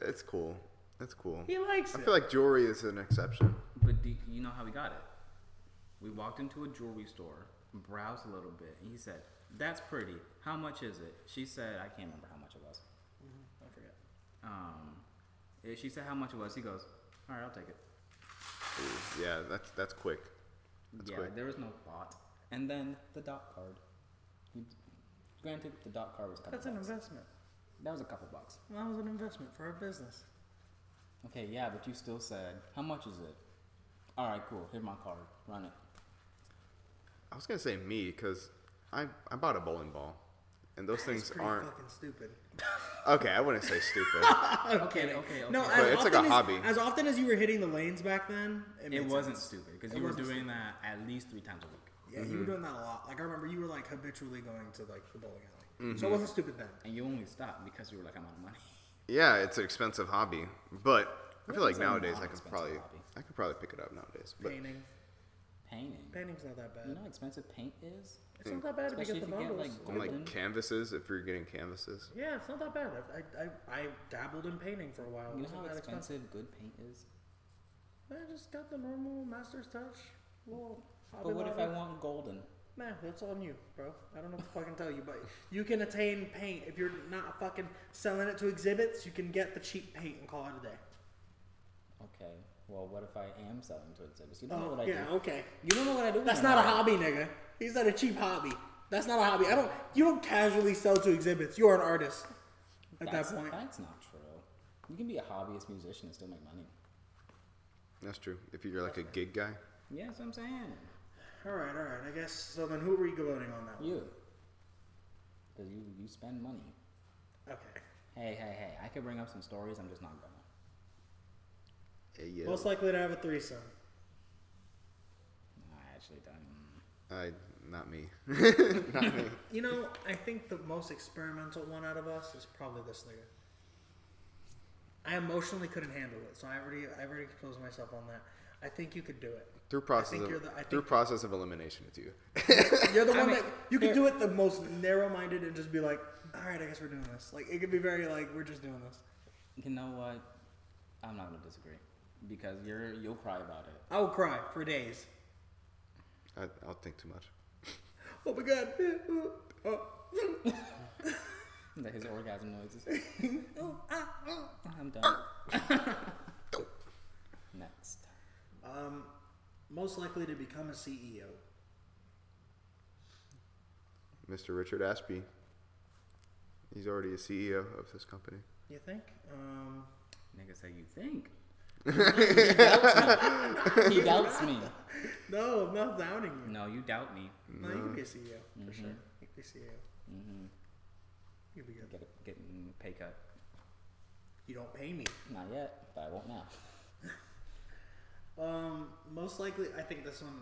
It's cool. It's cool.
he likes
I
it.
feel like jewelry is an exception.
But do you know how we got it? We walked into a jewelry store, browsed a little bit, and he said, "That's pretty. How much is it?" She said, "I can't remember how much it was.
Mm-hmm.
I forget." Um, eh, she said how much it was. He goes, "All right, I'll take it."
Ooh, yeah, that's that's quick.
yeah,
quick.
there was no thought. And then the dot card. You- Granted, the dot card was a couple
That's an
bucks.
investment.
That was a couple bucks.
That was an investment for our business.
Okay, yeah, but you still said, how much is it? All right, cool. Here's my card. Run it.
I was gonna say me because I I bought a bowling ball, and those
It's
things
pretty
aren't
fucking stupid.
okay. I wouldn't say stupid.
Okay, okay, okay.
No,
But
as
it's like
often
a
as,
hobby.
As often as you were hitting the lanes back then, it,
it
made
wasn't
sense.
stupid because
It
you were
wasn't
doing that at least three times a week,
Yeah,
Mm-hmm.
you were doing that a lot. Like I remember, you were like habitually going to like the bowling alley,
Mm-hmm.
so it wasn't stupid then.
and you only stopped because you were like, I'm out of money.
yeah, it's an expensive hobby, but I feel like
It's a
nowadays I could
non-expensive
probably
hobby.
I could probably pick it up nowadays. But
Painting,
Painting.
painting's not that bad.
You know how expensive paint is?
It's not that bad to pick
Especially
up
if
the
you get
novels.
like
And
golden.
like canvases, if you're getting canvases.
yeah, it's not that bad. I, I, I, I dabbled in painting for a while.
you
It
know
wasn't
how
that
expensive good paint is.
I just got the normal master's touch. Little
But what if I
want?
want golden?
Man, that's on you, bro. I don't know what to fucking tell you, but you can attain paint if you're not fucking selling it to exhibits. You can get the cheap paint and call it a day.
Okay. Well, what if I am selling to exhibits? You don't know
Oh,
what I
yeah,
do.
okay.
You don't know what I do. with
That's
my
not a
life.
hobby, nigga. He's not a cheap hobby. That's not a hobby. I don't. You don't casually sell to exhibits. You're an artist. At
that's,
that point,
That's not true. You can be a hobbyist musician and still make money.
That's true. If you're like a gig guy,
Yeah, that's what I'm saying.
all right, all right. I guess so. Then who were you voting on that? One?
You. Because you, you spend money.
Okay.
Hey, hey, hey. I could bring up some stories. I'm just not going to.
eh, yeah,
Most likely to have a threesome.
No, I actually don't.
I, not me.
You know, I think the most experimental one out of us is probably this nigga. I emotionally couldn't handle it, so I already I already exposed myself on that. I think you could do it.
Through process,
you're
of,
the- I think-
through process of elimination, it's you.
You're the
I
one
mean,
that you could
there-
do it the most narrow minded and just be like, all right, I guess we're doing this. Like it could be very like we're just doing this.
You know what? I'm not going to disagree. Because you're, you'll cry about it.
I will cry for days.
I, I'll think too much.
Oh my god. Oh.
That his orgasm noises. I'm done. Next.
Um, most likely to become a E CEO.
Mr. Richard Ashby. He's already a CEO of this company.
You think? Um,
Nigga say you think. he doubts me. He doubts
no, I'm not doubting you.
me. No, you doubt me.
No, you can be a CEO for sure. You can be a CEO. Mm-hmm. You can be good.
Get a get mm, pay cut.
You don't pay me.
Not yet, but I won't now.
Um, most likely, I think this one.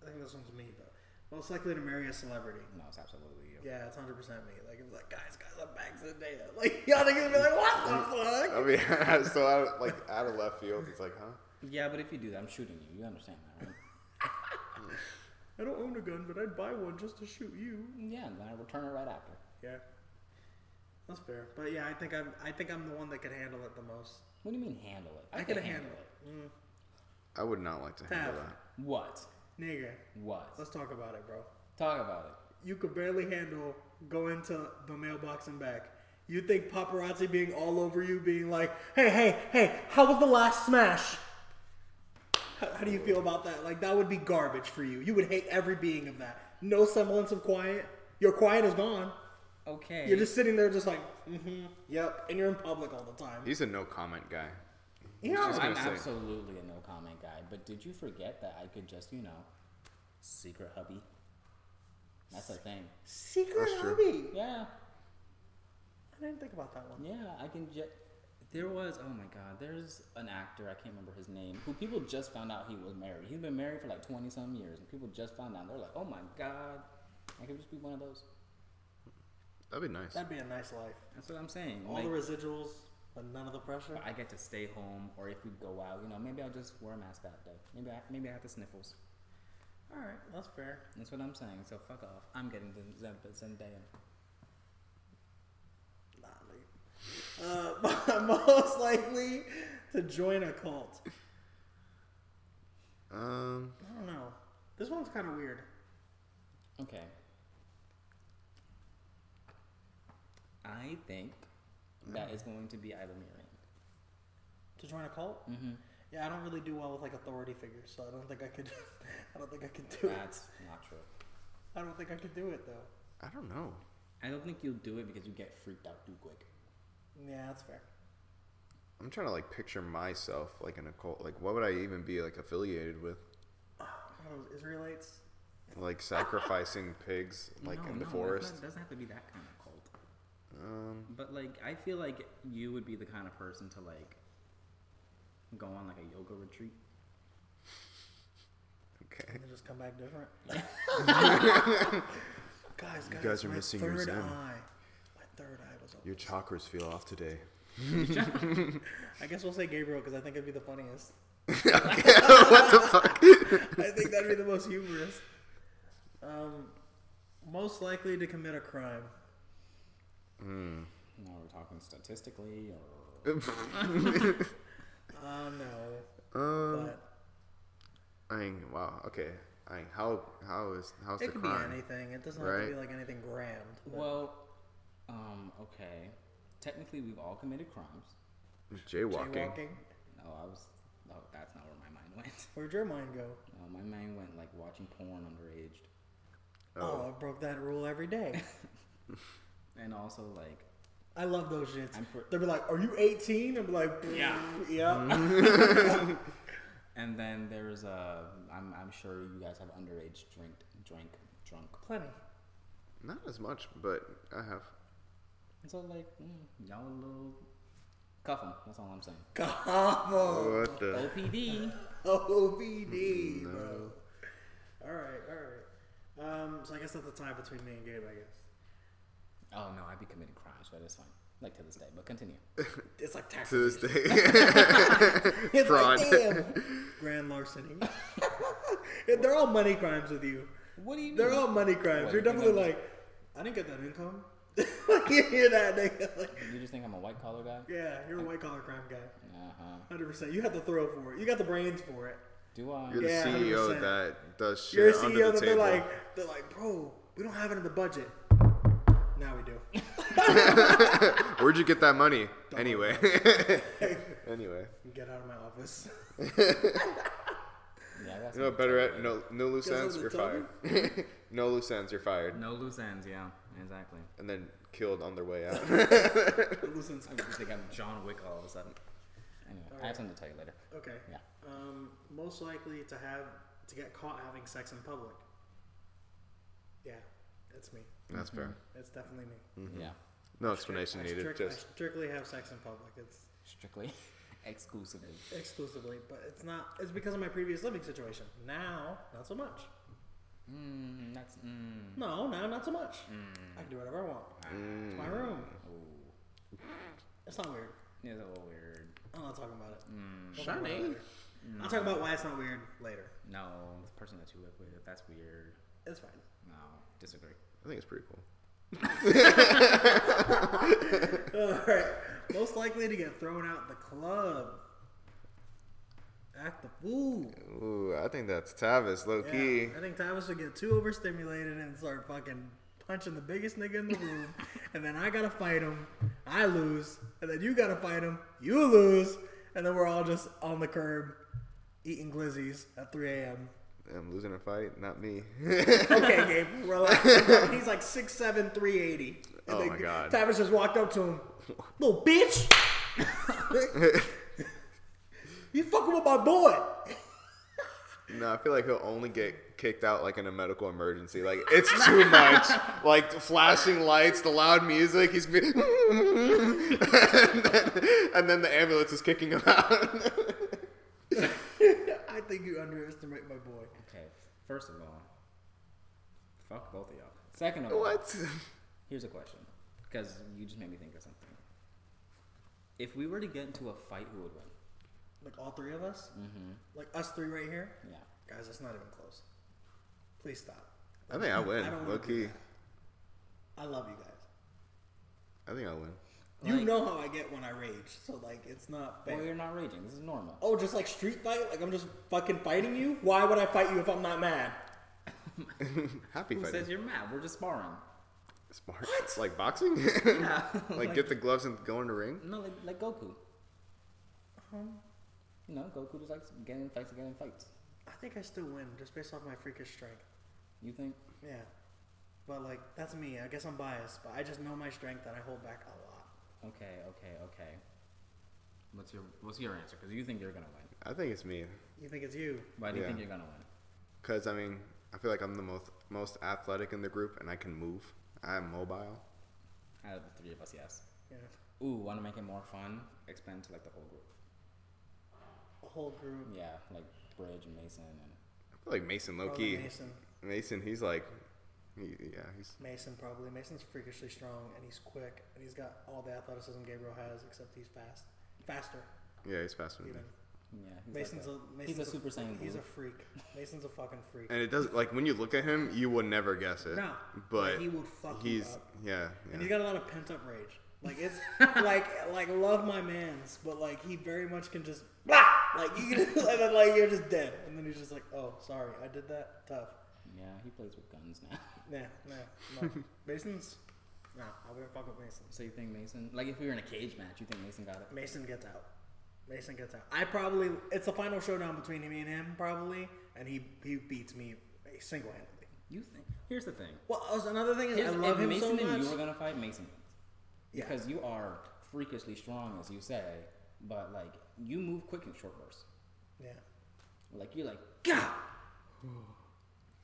I think this one's me though. Most likely to marry a celebrity.
No, it's absolutely you.
Yeah, it's hundred percent me. Like it's like guys, guys, I'm back to the data. Like y'all niggas be like, what the fuck?
I mean, so out of, like out of left field, it's like, huh?
Yeah, but if you do that, I'm shooting you. You understand that, right?
I don't own a gun, but I'd buy one just to shoot you.
yeah, and then I return it right after.
Yeah, that's fair. But yeah, I think I'm. I think I'm the one that could handle it the most.
What do you mean handle it?
I,
can
could handle it,
I would not like to handle
Tav.
that.
What?
Mm. nigga.
What?
Let's talk about it, bro.
Talk about it.
you could barely handle going to the mailbox and back. You think paparazzi being all over you, being like, "Hey, hey, hey, how was the last smash?" How, how do you feel about that? Like that would be garbage for you. You would hate every being of that. No semblance of quiet. Your quiet is gone.
Okay.
You're just sitting there, just like, mm-hmm, yep, and you're in public all the time.
He's a no comment guy.
Yeah.
just
I'm
gonna say-
absolutely a no comment guy, but did you forget that I could just, you know, secret hubby? That's a thing.
Secret
That's true.
hobby.
Yeah,
I didn't think about that one.
yeah, I can just. There was, oh my god, there's an actor, I can't remember his name, who people just found out he was married. He's been married for like 20 some years, and people just found out. They're like, oh my god, I could just be one of those.
That'd be nice.
That'd be a nice life.
That's what I'm saying.
All
like,
the residuals, but none of the pressure.
I get to stay home, or if we go out, you know, maybe I'll just wear a mask that day. Maybe I, maybe I have the sniffles.
All right, that's fair.
That's what I'm saying, so fuck off. I'm getting the Zend- Zendaya.
Nah, nigga. Uh, most likely to join a cult.
Um,
I don't know. This one's kind of weird.
Okay. I think that is going to be Isla Mirren.
To join a cult? Mm-hmm. Yeah, I don't really do well with like authority figures, so I don't think I could. I don't think I could do it.
That's not true.
I don't think I could do it though.
I don't know.
I don't think you'll do it because you get freaked out too quick.
Yeah, that's fair.
I'm trying to like picture myself like in a cult. Like, what would I even be like affiliated with?
One of those Israelites.
Like sacrificing pigs like
No,
in the
no, that's
forest. Um,
not- It doesn't have to be that kind of cult. But like, I feel like you would be the kind of person to like go on like a yoga retreat.
Okay.
And they just come back different. guys, guys,
guys are
my
missing your
third
zen.
eye. My third eye was open.
Your chakras feel off today.
I guess we'll say Gabriel because I think it'd be the funniest.
what the fuck?
I think that'd be the most humorous. Um, Most likely to commit a crime.
Now we're talking statistically or
Oh no.
Um,
But
I mean, wow. Okay. I mean, how how is how's
it
the
could
crime?
be anything. It doesn't have
right?
to be like anything grand. but-
Well, um, okay. Technically, we've all committed crimes.
Jaywalking.
Jaywalking.
No, I was. No, that's not where my mind went.
Where'd your mind go?
No, my mind went like watching porn underage,
Oh. I broke that rule every day.
and also like
I love those shits.
I'm per-
They'll be like, "Are you 18?" I'm like,
Yeah.
Mm-hmm.
yeah."
And then there's a. I'm I'm sure you guys have underage drink drink drunk.
Plenty.
Not as much, but I have.
So like mm, y'all a little cuff 'em, That's all I'm saying.
Cabo.
What
Oh.
the?
OPD.
OBD,
Mm-hmm.
bro. All right, all right. Um, so I guess that's the tie between me and Gabe. I guess
Oh no, I'd be committing crimes, but it's fine. Like to this day, but continue.
it's like tax.
To this
evasion.
day,
It's
fraud.
like, damn, grand larceny. They're all money crimes with you.
What do you mean?
They're all money crimes.
What,
You're
you
definitely
know-
like, I didn't get that income. you hear that, nigga? Like,
You just think I'm a white collar guy?
yeah, you're a white collar crime guy.
Uh huh.
Hundred percent. You got the throw for it. You got the brains for it.
Do I?
you're the
Yeah,
CEO
100%.
that does shit
You're a
under the
CEO that they're
table.
like, they're like, bro, we don't have it in the budget. Now we do.
Where'd you get that money? Anyway. anyway.
Get out of my office.
Yeah, I got
You know,
some-
better at no no loose
Guess
ends.
what
You're
they told
fired. no loose ends. You're fired.
No loose ends. Yeah, exactly.
And then killed on their way out.
Listen,
I just think I'm John Wick all of a sudden. Anyway, I have something to tell you later.
okay.
Yeah.
Um, most likely to have to get caught having sex in public. Yeah, that's me.
That's fair.
That's definitely me.
Yeah.
No explanation
I
needed.
strict- I
Just
strictly have sex in public. It's
Strictly exclusively.
exclusively, but it's not. It's because of my previous living situation. Now, not so much.
Mm, that's mm.
No, now not so much. I can do whatever I want. It's my room.
Ooh.
It's not weird.
Oh, Yeah, that's a little weird.
I'm not talking about it. Don't talk about it later. I'll talk about why it's not weird later.
No, the person that you live with, that's weird.
It's fine.
No, disagree.
I think it's pretty cool.
All right. Most likely to get thrown out the club. Act the fool.
Ooh, I think that's Tavis, low
Yeah,
key.
I think Tavis would get too overstimulated and start fucking punching the biggest nigga in the room. and then I gotta fight him. I lose. And then you gotta fight him. You lose. And then we're all just on the curb eating glizzies at 3 a.m.
I'm losing a fight, not me.
Okay, Gabe, relax. He's like 6'7, 380. And
Oh
then
my God.
Tavis just walked up to him. Little bitch! you fucking with my boy!
no, I feel like he'll only get kicked out like in a medical emergency. Like it's too much. like the flashing lights, the loud music. He's gonna be and, then, and then the ambulance is kicking him out.
I think you underestimate my boy.
Okay, first of all, fuck both of y'all. Second of all,
what?
here's a question. Because you just made me think of something. If we were to get into a fight, who would win?
Like all three of us? Mm-hmm. Like us three right here?
Yeah.
Guys, that's not even close. Please stop.
I think I win,
I don't wanna
low
do
key.
that. I love you guys.
I think I win.
You
Like-
know how I get when I rage, so like it's not fair.
Well, you're not raging. This is normal.
Oh, just like street fight? Like I'm just fucking fighting you? Why would I fight you if I'm not mad?
Happy
Who
fighting.
says you're mad? We're just sparring.
Smart. Like boxing? like get the gloves and go in the ring?
No, like, like Goku. You know, Goku just likes getting in fights and getting in fights.
I think I still win just based off my freakish strength.
You think?
Yeah. But like that's me. I guess I'm biased, but I just know my strength and I hold back a lot.
Okay, okay, okay. What's your What's your answer? Because you think you're gonna win.
I think it's me.
You think it's you?
Why do you
Yeah.
think you're gonna win?
Because, I mean, I feel like I'm the most, most athletic in the group and I can move. I'm mobile.
Out of the three of us, yes.
Yeah.
Ooh, want to make it more fun? Expand to like the whole group.
A whole group.
Yeah, like Bridge and Mason and
I feel like Mason low
Probably
key. Mason.
Mason.
he's like, he, yeah, he's.
Mason probably. Mason's freakishly strong and he's quick and he's got all the athleticism Gabriel has except he's fast. Faster
Yeah, he's faster than me.
even.
Yeah, he's
Mason's
like
a
a,
Mason's
he's a super saiyan.
He's a
blue.
freak. Mason's a fucking freak.
And it does like when you look at him, you would never guess it.
No,
but
he would fuck you
he's
up.
yeah,
And
yeah.
he's got a lot of pent up rage. Like it's like like love my man's, but like he very much can just blah! like you can and then like you're just dead, and then he's just like, oh sorry, I did that. Tough.
yeah, he plays with guns now.
Nah, nah, no. Mason's. Nah, I wouldn't fuck with Mason.
so you think Mason? Like if we were in a cage match, you think Mason got it?
Mason gets out. Mason gets out. I probably it's the final showdown between me and him probably, and he he beats me single handedly.
You think? Here's the thing.
Well, also, another thing is
Here's-
I love
if
him
Mason
so
and
much.
you were gonna fight Mason,
Yeah.
because you are freakishly strong, as you say. But like you move quick in short bursts.
yeah.
Like you're like, God.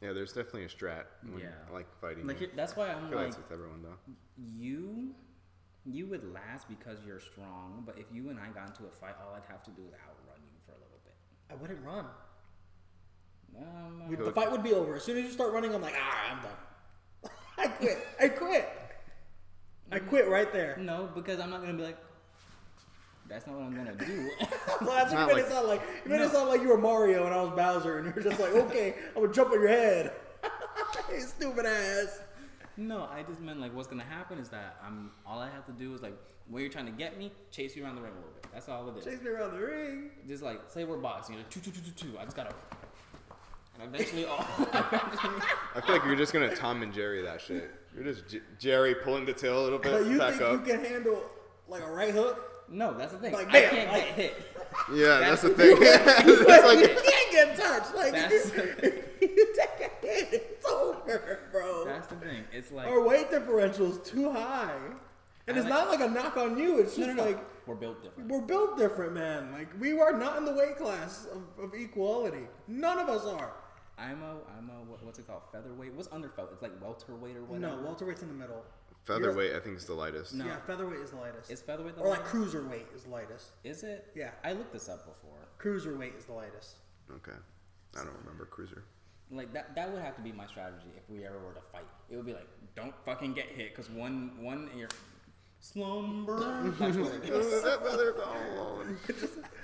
Yeah, there's definitely a strat. When,
Yeah.
like fighting.
Like
you.
it- that's why I'm
I feel like
like
that's with everyone though.
you. You would last because you're strong, but if you and I got into a fight, all I'd have to do is outrun you for a little bit.
I wouldn't run.
Um, uh,
The fight would be over as soon as you start running. I'm like, all right, I'm done. I quit. I quit. I quit right there.
no, because I'm not gonna be like, that's not what I'm gonna do.
Well, that's what
Not
you made
like-
it sound like. You made it sound like you were Mario and I was Bowser, and you were just like, okay, I'm gonna jump on your head. you stupid ass.
no, I just meant like, what's gonna happen is that I'm all I have to do is like, where you're trying to get me, chase you around the ring a little bit. That's all it is.
Chase me around the ring.
Just like, say we're boxing, you're like, two, two, two, two, two. I just gotta, and eventually, all.
I feel like you're just gonna Tom and Jerry that shit. You're just J- Jerry pulling the tail a little bit
But you
back
think
up.
you can handle like a right hook?
no, that's the thing.
Like,
I
bam,
can't
like-
get hit.
yeah, that's, the
that's-
thing. That's
Like, you
like
can't get touched. Like
That's-
you take a hit, it's over, bro.
That's the thing. It's like
Our weight differential is too high. And
I
it's
like-
not like a knock on you, it's
no,
just
no, no.
like
we're built different.
we're built different, man. Like we are not in the weight class of, of equality. None of us are.
I'm a, I'm a, what, what's it called? Featherweight? What's under feather? It's like welterweight or whatever.
No, welterweight's in the middle.
featherweight. I think is the lightest.
No.
Yeah, featherweight is the lightest.
Is featherweight the
or like
lightest?
cruiserweight is lightest.
Is it?
Yeah.
I looked this up before.
Cruiserweight is the lightest.
Okay, I don't remember cruiser.
Like that that would have to be my strategy if we ever were to fight. It would be like, don't fucking get hit, cause one one you're slumber. That's what it is.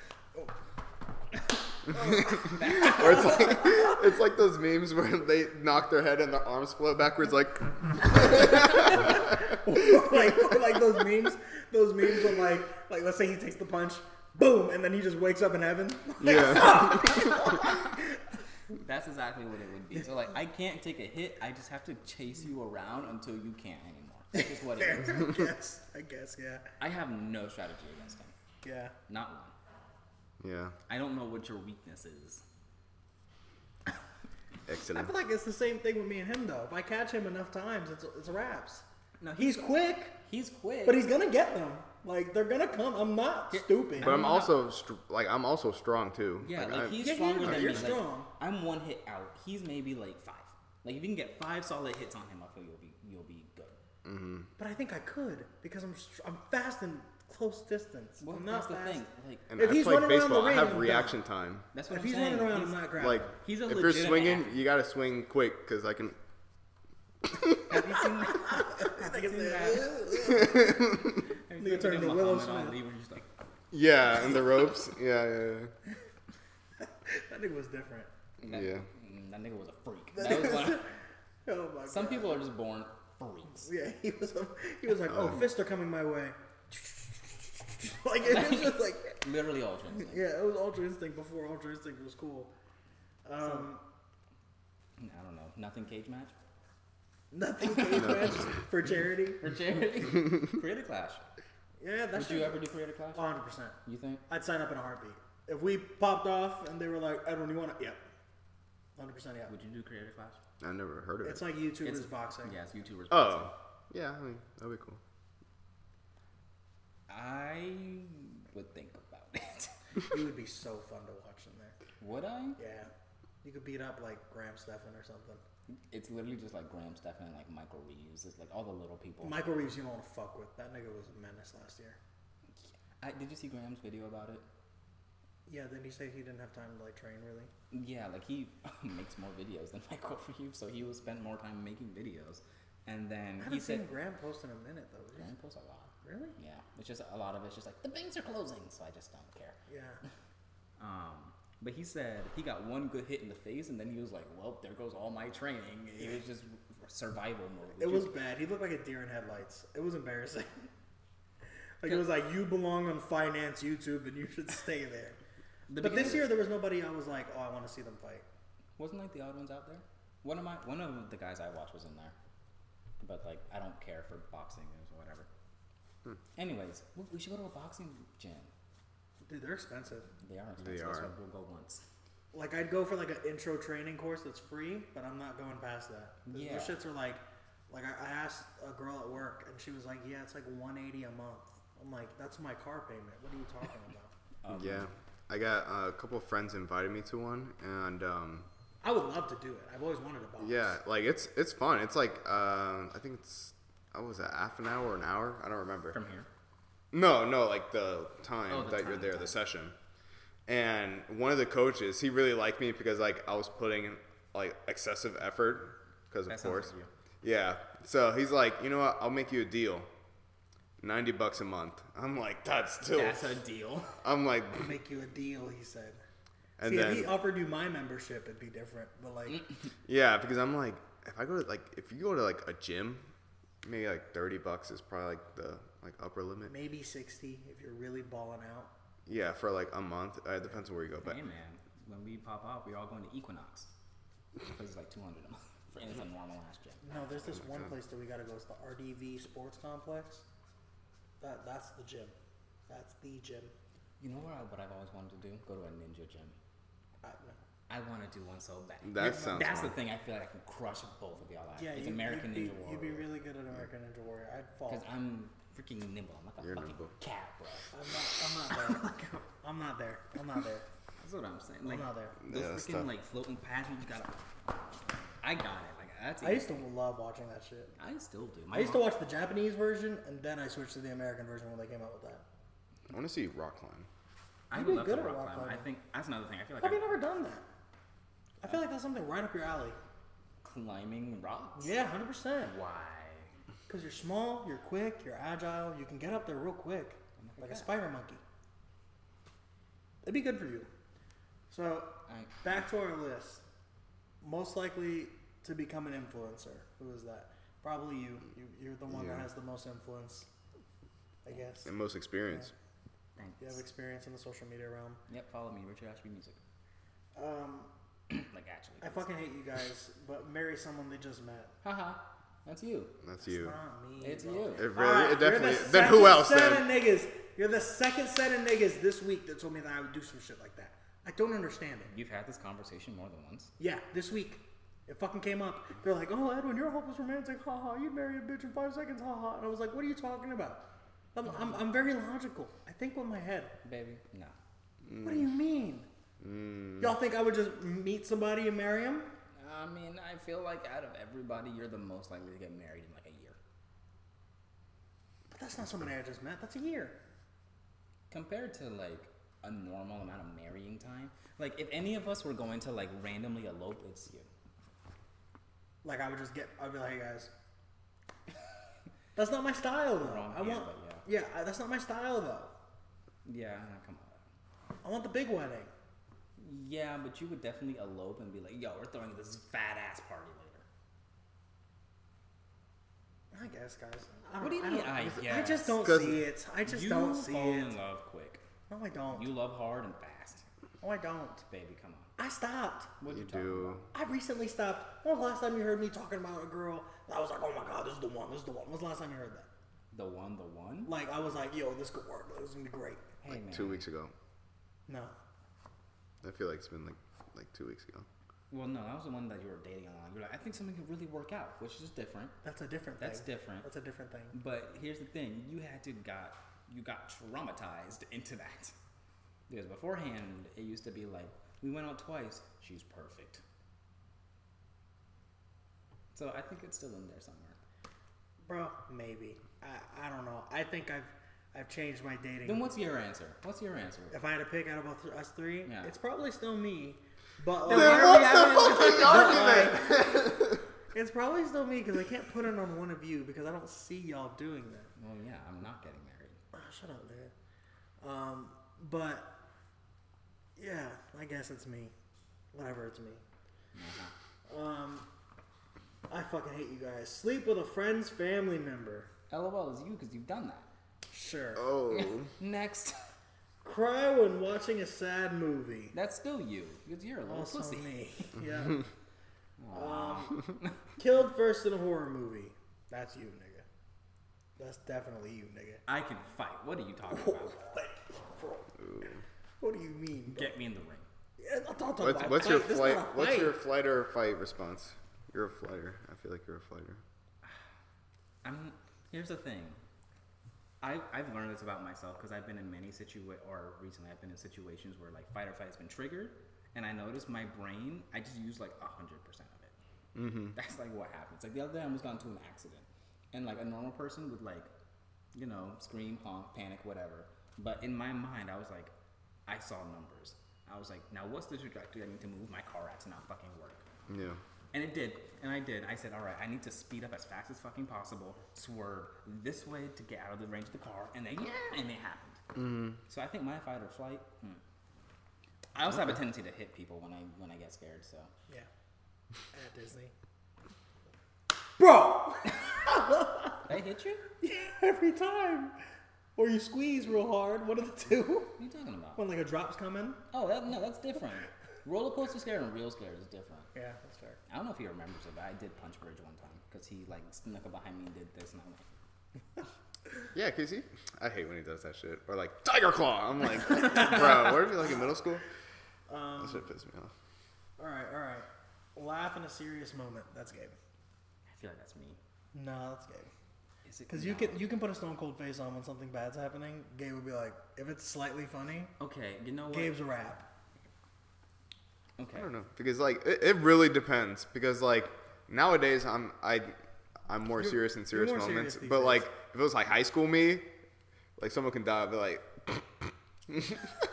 oh.
or Oh. it's like it's like those memes where they knock their head and their arms float backwards. Like
like like those memes, those memes when like like let's say he takes the punch, boom, and then he just wakes up in heaven.
yeah,
That's exactly what it would be. So like, I can't take a hit. I just have to chase you around until you can't anymore. That's just what it is.
I guess. I guess, yeah.
I have no strategy against him.
Yeah.
Not one.
yeah,
I don't know what your weakness is.
I
excellent.
feel like it's the same thing with me and him though. If I catch him enough times, it's it's wraps.
No,
He's quick,
he's quick.
but he's gonna get them. Like they're gonna come. I'm not stupid.
But I'm also str- like I'm also strong too.
yeah, like,
I'm-
he's
Yeah, yeah,
stronger
no,
than
you're
me. Like,
strong.
I'm one hit out. He's maybe like five. Like if you can get five solid hits on him, I feel you'll be you'll be good.
But I think I could because I'm str- I'm fast in close distance.
Well,
I'm
that's the
not fast.
thing. Like
and
if
I
he's
play
running around the
baseball. I
ring,
have
I'm
reaction time.
that's what
If
I'm
he's
saying.
running around,
He's-
I'm not grabbing.
Like
He's a
if you're
legitimate
swinging,
athlete.
you gotta swing quick because I can.
Have you seen have you seen that? Have you seen the
turned into Willow
Muhammad
Smith.
Ali where he's like,
Yeah, and the ropes. Yeah, yeah,
that nigga was different.
yeah.
that,
yeah.
mm, that nigga was a freak. That was one.
Oh my
Some
god.
people are just born freaks.
Yeah, he was he was like, oh, fists are coming my way. like it was just like
Literally all transplants.
yeah, it was Ultra Instinct before Ultra Instinct was cool. Um,
I don't know. Nothing cage match
nothing cage match for charity.
for charity. Creator Clash.
Yeah, that's
Would you ever do Creator Clash?
100. percent
You think?
I'd sign up in a heartbeat. If we popped off and they were like, Edwin, you want to? Yep. 100 percent yeah.
Would you do Creator Clash?
I've never heard of
It's
it.
like YouTubers
It's-
boxing.
Yes, YouTubers.
Oh, yeah. I mean, that'd be cool.
I would think about it.
You would be so fun to watch in there.
would I?
Yeah. You could beat up like Graham Stephan or something.
It's literally just like Graham Stephan and like Michael Reeves. It's like all the little people.
Michael Reeves, you don't want to fuck with. That nigga was a menace last year.
I, did you see Graham's video about it?
Yeah, then he said he didn't have time to like train really.
Yeah, like he makes more videos than Michael Reeves, so he will spend more time making videos. And
I
then
haven't
he
seen
said,
Graham post in a minute though.
Graham posts a lot.
Really?
Yeah, it's just a lot of it's just like the banks are closing, so I just don't care.
Yeah.
Um, but he said he got one good hit in the face, and then he was like, "Well, there goes all my training." It was just survival mode.
It
which
was
is-
bad. He looked like a deer in headlights. It was embarrassing. like it was like you belong on finance YouTube and you should stay there.
The
but this
beginning-
year there was nobody I was like, oh, I want to see them fight.
wasn't like the odd ones out there. One of my one of the guys I watched was in there, but like I don't care for boxing or whatever.
Hmm.
Anyways, we- we should go to a boxing gym.
Dude, they're expensive.
They are expensive. That's
are.
why we'll go once.
Like I'd go for like an intro training course that's free, but I'm not going past that. Those
Yeah.
shits are like, like I I asked a girl at work and she was like, yeah, it's like 180 a month. I'm like, that's my car payment. What are you talking about?
Um,
yeah, I got uh, a couple of friends invited me to one, and um,
I would love to do it. I've always wanted to box.
yeah, like it's it's fun. It's like um, I think it's I was at half an hour, or an hour. I don't remember.
From here,
No, no, like the time
Oh, the
that you're
time,
there,
time.
the session. And one of the coaches, he really liked me because like I was putting in like excessive effort because
That
of
sounds like
course.
you.
Yeah. So he's like, "You know what? I'll make you a deal. 90 bucks a month." I'm like, "That's still
that's a deal.
I'm like
Make you a deal, he said.
and
See,
then
if he offered you my membership, it'd be different. But like,
yeah, because I'm like if I go to like if you go to like a gym, maybe like 30 bucks is probably like the like upper limit.
maybe sixty if you're really balling out.
Yeah, for like a month. Uh, it depends on where you go, but
Hey man, when we pop out, we're all going to Equinox. Because it's like 200 a month. And it's a normal ass gym.
No, there's this one place that we gotta go. It's the RDV Sports Complex. That that's the gym. That's the gym.
You know what, I, what I've always wanted to do? Go to a ninja gym.
I, no.
I want to do one so bad.
That sounds
That's
fun.
the thing I feel like I can crush both of y'all out.
Yeah,
it's
you,
American Ninja
you'd be,
Warrior.
You'd be really good at American Ninja Warrior. I'd fall.
Because I'm freaking nimble. I'm like a
You're
fucking
nimble.
cat, bro.
I'm not. I'm not there. I'm not there. I'm not there.
That's what I'm saying.
I'm
Like,
not there.
those
Yeah, that's
freaking
tough.
like floating pageants, you gotta. I got it. Like, that's
I used to love watching that shit.
I still do. My
I used to
mom-
watch the Japanese version, and then I switched to the American version when they came out with that.
I want to see rock climb.
I
You'd
would
be
love
good
to
at
rock
rock
climbing. I
climbing.
think that's another thing. I feel like
Why Have
I'm
you never done that? I feel like that's something right up your alley.
climbing rocks.
Yeah, hundred percent.
Why?
Because you're small, you're quick, you're agile, you can get up there real quick, like a spider monkey. It'd be good for you. So,
I-
back to our list. Most likely to become an influencer. Who is that? Probably you. you you're the one that
Yeah.
has the most influence, I guess.
And most experience.
Thanks.
You have experience in the social media realm.
Yep, follow me, Richard Ashby Music.
Um,
like actually.
I fucking hate you guys, but marry someone they just met.
Haha, that's you.
That's you.
Not me.
It's
bro.
you.
It really,
Alright,
it
you're
definitely.
the
Then who
second
else?
Set
Then
of niggas. You're the second set of niggas this week that told me that I would do some shit like that. I don't understand it.
You've had this conversation more than once.
Yeah, this week. It fucking came up. They're like, oh, Edwin, your hope was romantic. Ha ha. You'd marry a bitch in five seconds. Ha ha. And I was like, what are you talking about? I'm, I'm, I'm very logical. I think with my head.
Baby, no.
What do
Mm.
you mean? Y'all think I would just meet somebody and marry him?
I mean, I feel like out of everybody, you're the most likely to get married in like a year.
But that's not somebody I just met. That's a year.
Compared to like a normal amount of marrying time. Like, if any of us were going to like randomly elope, it's you.
Like I would just get, I'd be like, hey guys, that's not my style though.
Wrong
I
hand,
want,
but
yeah, I, that's not my style though.
Yeah, come on.
I want the big wedding.
Yeah, but you would definitely elope and be like, yo, we're throwing this fat ass party later.
I guess, guys. I don't-
What do you
I
mean,
don't-
I
I just
guess?
don't
'Cause
see it. I just
you
don't see
fall
it.
in love quick.
No, I don't.
You love hard and fast.
No, I don't.
Baby, come on.
I stopped.
What
You
talking
do.
I recently stopped. When was the last time you heard me talking about a girl? I was like, oh my god, this is the one. This is the one. When was the last time you heard that?
The one, the one.
Like, I was like, yo, this could work. This is gonna be great.
Hey man.
Two weeks ago.
No.
I feel like it's been like like two weeks ago.
Well, no, that was the one that you were dating online. You're like, I think something could really work out, which is different.
That's a different thing.
That's different.
That's a different thing.
But here's the thing: you had to got you got traumatized into that because beforehand it used to be like we went out twice. She's perfect. So I think it's still in there somewhere.
Bro, maybe. I, I don't know. I think I've I've changed my dating.
Then what's your answer? What's your answer?
if I had to pick out of us- us three,
Yeah.
it's probably still me. But
Then
like,
what's the
but,
fucking
like,
argument?
it's probably still me because I can't put it on one of you because I don't see y'all doing that.
Well, yeah, I'm not getting married.
Ah, shut up, dude. Um, but Yeah, I guess it's me. Whatever, it's me. Um, I fucking hate you guys. Sleep with a friend's family member.
LOL is you because you've done that.
Sure.
Oh.
Next.
Cry when watching a sad movie.
That's still you because you're a little
Also
pussy.
me. Yeah. um, killed first in a horror movie. That's you, nigga. That's definitely you, nigga.
I can fight. What are you talking
Oh.
about?
What do you mean?
Get me in the ring.
Yeah, I'm not talking
What's,
about
what's
a
your
fight. This is
flight?
not a
What's
fight.
your flight or fight response? You're a flighter. I feel like you're a flighter.
I'm. Here's the thing. I, I've learned this about myself because I've been in many situations, or recently I've been in situations where like fight or flight has been triggered, and I noticed my brain, I just use like 100% of it. That's like what happens. Like the other day I almost got into an accident, and like a normal person would like, you know, scream, honk, panic, whatever. But in my mind, I was like, I saw numbers. I was like, now what's the trajectory I need to move my car at to not fucking work?
Yeah.
And it did. And I did. I said, all right, I need to speed up as fast as fucking possible, swerve this way to get out of the range of the car, and then, yeah, and it happened.
Mm-hmm.
So I think my fight or flight. Hmm. I also have a tendency to hit people when I when I get scared. So
Yeah. At Disney. Bro!
Did I hit you.
Every time. Or you squeeze real hard. What are the two?
What are you talking about?
When like a drop's coming.
Oh, that, no, that's different. Roller coaster scared and real scared is different.
Yeah, that's fair.
I don't know if he remembers it, but I did punch Bridge one time because he like snuck up behind me and did this, and I went.
Yeah, cause he, I hate when he does that shit. Or like tiger claw. I'm like, bro, where are you like in middle school? that shit pissed me off.
All right, all right. Laugh in a serious moment. That's Gabe.
I feel like that's me.
No, that's Gabe.
Is it?
Because you
No.
can you can put a stone cold face on when something bad's happening. Gabe would be like, if it's slightly funny,
Okay, you know what?
Gabe's a rap.
okay.
I don't know because like it, it really depends because like nowadays I'm I I'm more serious in serious
more serious
moments.
these
but
days.
like if it was like high school me, like someone can die, but like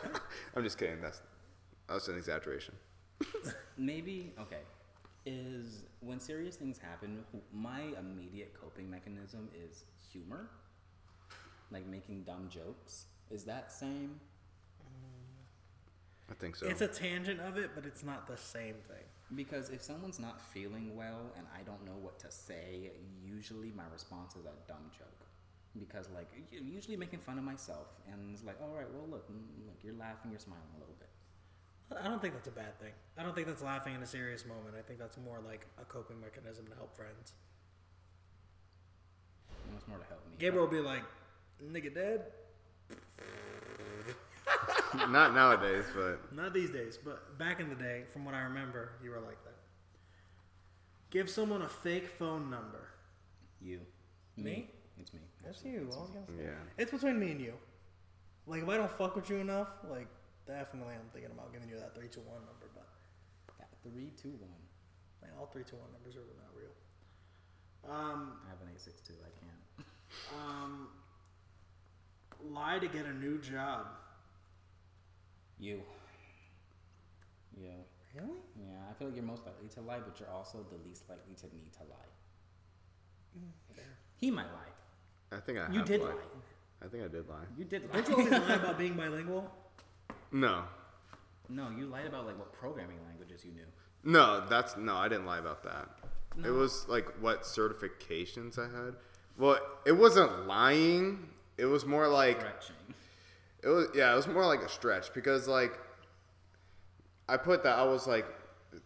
I'm just kidding. That's that's an exaggeration.
Maybe okay. Is when serious things happen, my immediate coping mechanism is humor, like making dumb jokes. Is that same?
I think so.
It's a tangent of it, but it's not the same thing.
Because if someone's not feeling well and I don't know what to say, usually my response is a dumb joke. Because like u- usually making fun of myself and it's like, all right, well look, mm, look, you're laughing, you're smiling a little bit.
I don't think that's a bad thing. I don't think that's laughing in a serious moment. I think that's more like a coping mechanism to help friends.
And it's more to help me.
Gabriel will be like, nigga dead?
Not nowadays, but
Not these days, but back in the day, from what I remember, you were like that. Give someone a fake phone number.
you,
Me?
it's me.
That's you. I was gonna say.
yeah.
It's between me and you. Like, if I don't fuck with you enough, like, definitely I'm thinking about giving you that 321 number, but
That three, two, one.
like, all 321 numbers are not real. Um,
I have an eight six two. I can't.
um, lie to get a new job.
You. Yeah.
Really?
Yeah, I feel like you're most likely to lie, but you're also the least likely to need to lie.
Mm,
He might lie.
I think I
You
have
did
lied.
lie.
I think I did lie.
You did
Don't you always
lie.
lie about being bilingual?
No,
no, you lied about like what programming languages you knew.
no, that's no. I didn't lie about that. It was like what certifications I had. Well, it wasn't lying. It was more like
Stretching.
It was yeah, it was more like a stretch because like I put that I was like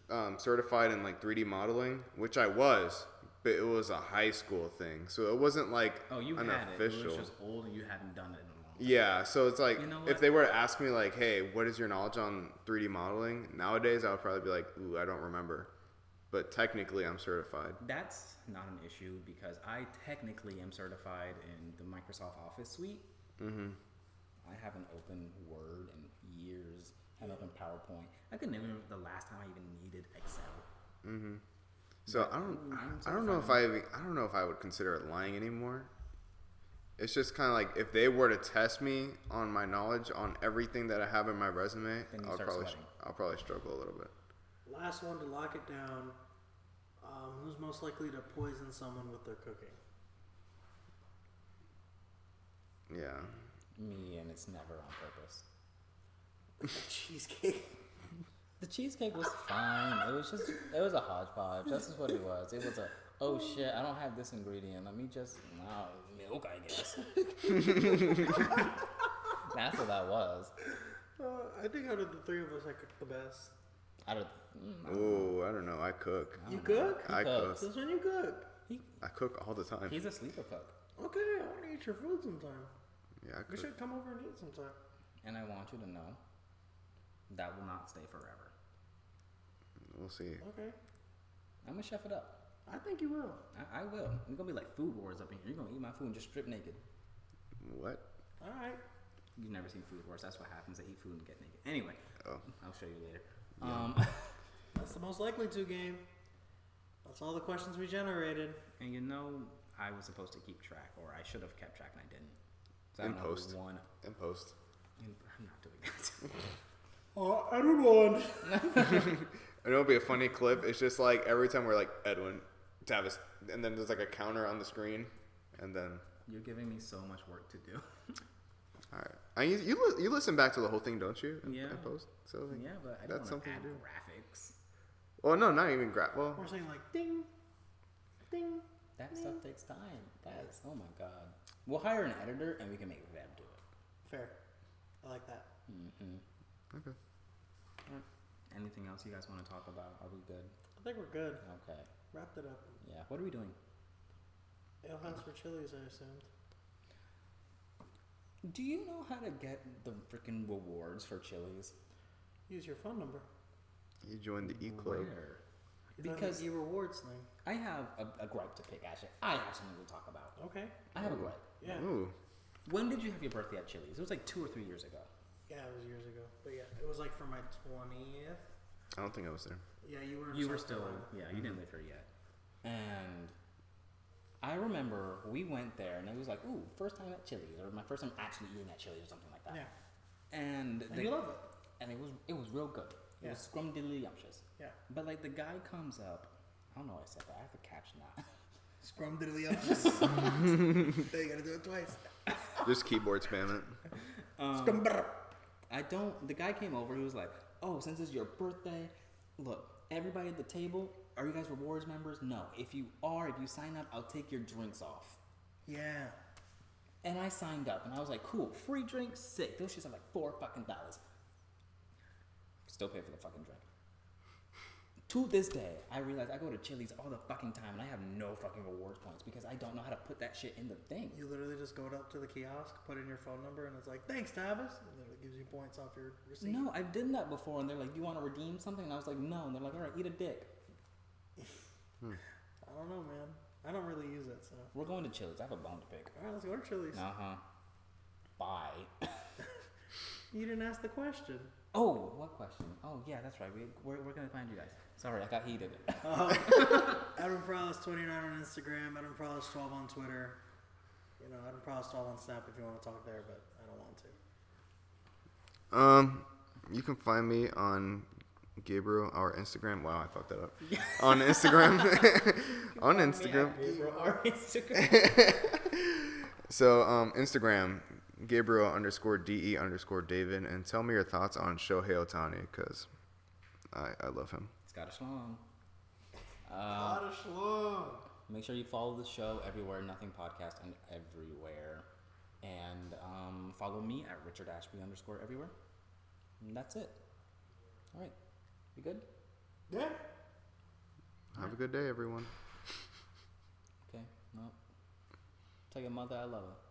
um, certified in like 3D modeling, which I was, but it was a high school thing, so it wasn't like
Oh, you had it. It
unofficial.
was just old, and you hadn't done it in a long. time.
yeah, so it's like
You know
if
what?
they were to ask me like, "Hey, what is your knowledge on 3D modeling?" Nowadays, I would probably be like, "Ooh, I don't remember," but technically, I'm certified.
That's not an issue because I technically am certified in the Microsoft Office suite. Mm-hmm. I haven't opened Word in years. I haven't opened PowerPoint. I couldn't even remember the last time I even needed Excel.
So I don't, I don't know if I, even- I don't know if I would consider it lying anymore. It's just kind of like if they were to test me on my knowledge on everything that I have in my resume,
Then you
I'll
start
probably,
sweating.
I'll probably struggle a little bit.
Last one to lock it down. Um, who's most likely to poison someone with their cooking?
Yeah.
me and it's never on purpose.
Cheesecake.
The cheesecake was fine. It was just, it was a hodgepodge. That's just what it was. It was a, oh shit, I don't have this ingredient. Let me just, no, milk, I guess. That's what that was.
Uh, I think out of the three of us, I cooked the best.
I don't, mm,
Oh, I don't know. I cook.
You cook?
I
cooks.
cook.
This is when you cook.
he,
I cook all the time.
he's a sleeper cook.
Okay, I want to eat your food sometime.
Yeah, I
We
cook.
should come over and eat sometime.
And I want you to know.
That will not stay forever.
We'll see.
Okay.
I'm gonna chef it up.
I think you will.
I, I will. You're gonna be like food wars up in here. You're gonna eat my food and just strip naked.
What?
All right.
You've never seen food wars. That's what happens. They eat food and get naked. Anyway,
Oh.
I'll show you later. Um,
That's the most likely to game. That's all the questions we generated.
and you know, I was supposed to keep track, or I should have kept track, and I didn't. So I
In
don't know who
post.
won.
And post.
In- I'm not doing that.
Uh, Edwin won.
And it'll be a funny clip. It's just like every time we're like Edwin, Tavis, and then there's like a counter on the screen, and then
You're giving me so much work to do.
all right. I Uh, you you, li- you listen back to the whole thing, don't you? In-
Yeah.
In post. So like,
yeah, but I
that's
don't want to
something
add
to do.
graphics.
Well, no, not even grab. Well,
We're saying like ding, ding.
That stuff takes time. That's oh my god. We'll hire an editor and we can make Veb do it.
Fair. I like that.
okay.
Anything else you guys want to talk about? Are we good?
I think we're good.
Okay.
Wrapped it up.
Yeah. What are we doing?
Ale house for chilies, I assumed.
Do you know how to get the freaking rewards for chilies?
Use your phone number.
You joined the E Club.
Where?
because
Because
e rewards thing.
I have a, a gripe to pick. Actually, I have something to talk about.
Okay.
I have a gripe.
Yeah.
Ooh,
When did you have your birthday at Chili's? It was like two or three years ago.
Yeah, it was years ago. But yeah, it was like for my twentieth.
I don't think I was there.
Yeah, you were. In
You were
South
still,
Carolina.
yeah, you didn't live here yet. And I remember we went there and it was like, ooh, first time at Chili's or my first time actually eating at Chili's or something like that. Yeah. And,
And you love it.
And it was, it was real good. It
Yeah.
was scrumdiddlyumptious.
Yeah.
But like the guy comes up, I don't know why I said that, I have a caption now.
Scrum diddly up. now you gotta do it twice.
Just keyboard spamming.
Scrum brr.
I don't, the guy came over, he was like, oh, since it's your birthday, look, everybody at the table, are you guys rewards members? No. If you are, if you sign up, I'll take your drinks off.
Yeah.
And I signed up, and I was like, cool, free drink, sick. Those shits are like four fucking dollars. Still pay for the fucking drink. To this day, I realize I go to Chili's all the fucking time, and I have no fucking rewards points because I don't know how to put that shit in the thing.
You literally just go up to the kiosk, put in your phone number, and it's like, thanks, Tavis. And then it gives you points off your receipt.
No, I've done that before, and they're like, you want to redeem something? And I was like, no. And they're like, all right, eat a dick.
I don't know, man. I don't really use it, so.
We're going to Chili's. I have a bone to pick.
All right, let's go to Chili's.
Uh huh. Bye.
You didn't ask the question.
oh, what question? Oh, yeah, that's right. We, we're, we're going to find you guys. Sorry, I got heated.
Adam Prowlis 29 on Instagram, Adam Prowlis 12 on Twitter. You know, Adam Prowlis 12 on Snap if you want to talk there, but I don't want to.
Um, you can find me on Gabriel or Instagram. Wow, I fucked that up. on Instagram, on Instagram.
Our Instagram.
So um, Instagram, Gabriel underscore de underscore David, and tell me your thoughts on Shohei Otani because I, I love him.
It's got a schlong. Um, Make sure you follow the show everywhere, Nothing Podcast, and everywhere. And um, follow me at Richard Ashby underscore everywhere. And that's it. All right. You good?
Yeah.
Have a good day, everyone.
Okay. Well, tell your mother I love her.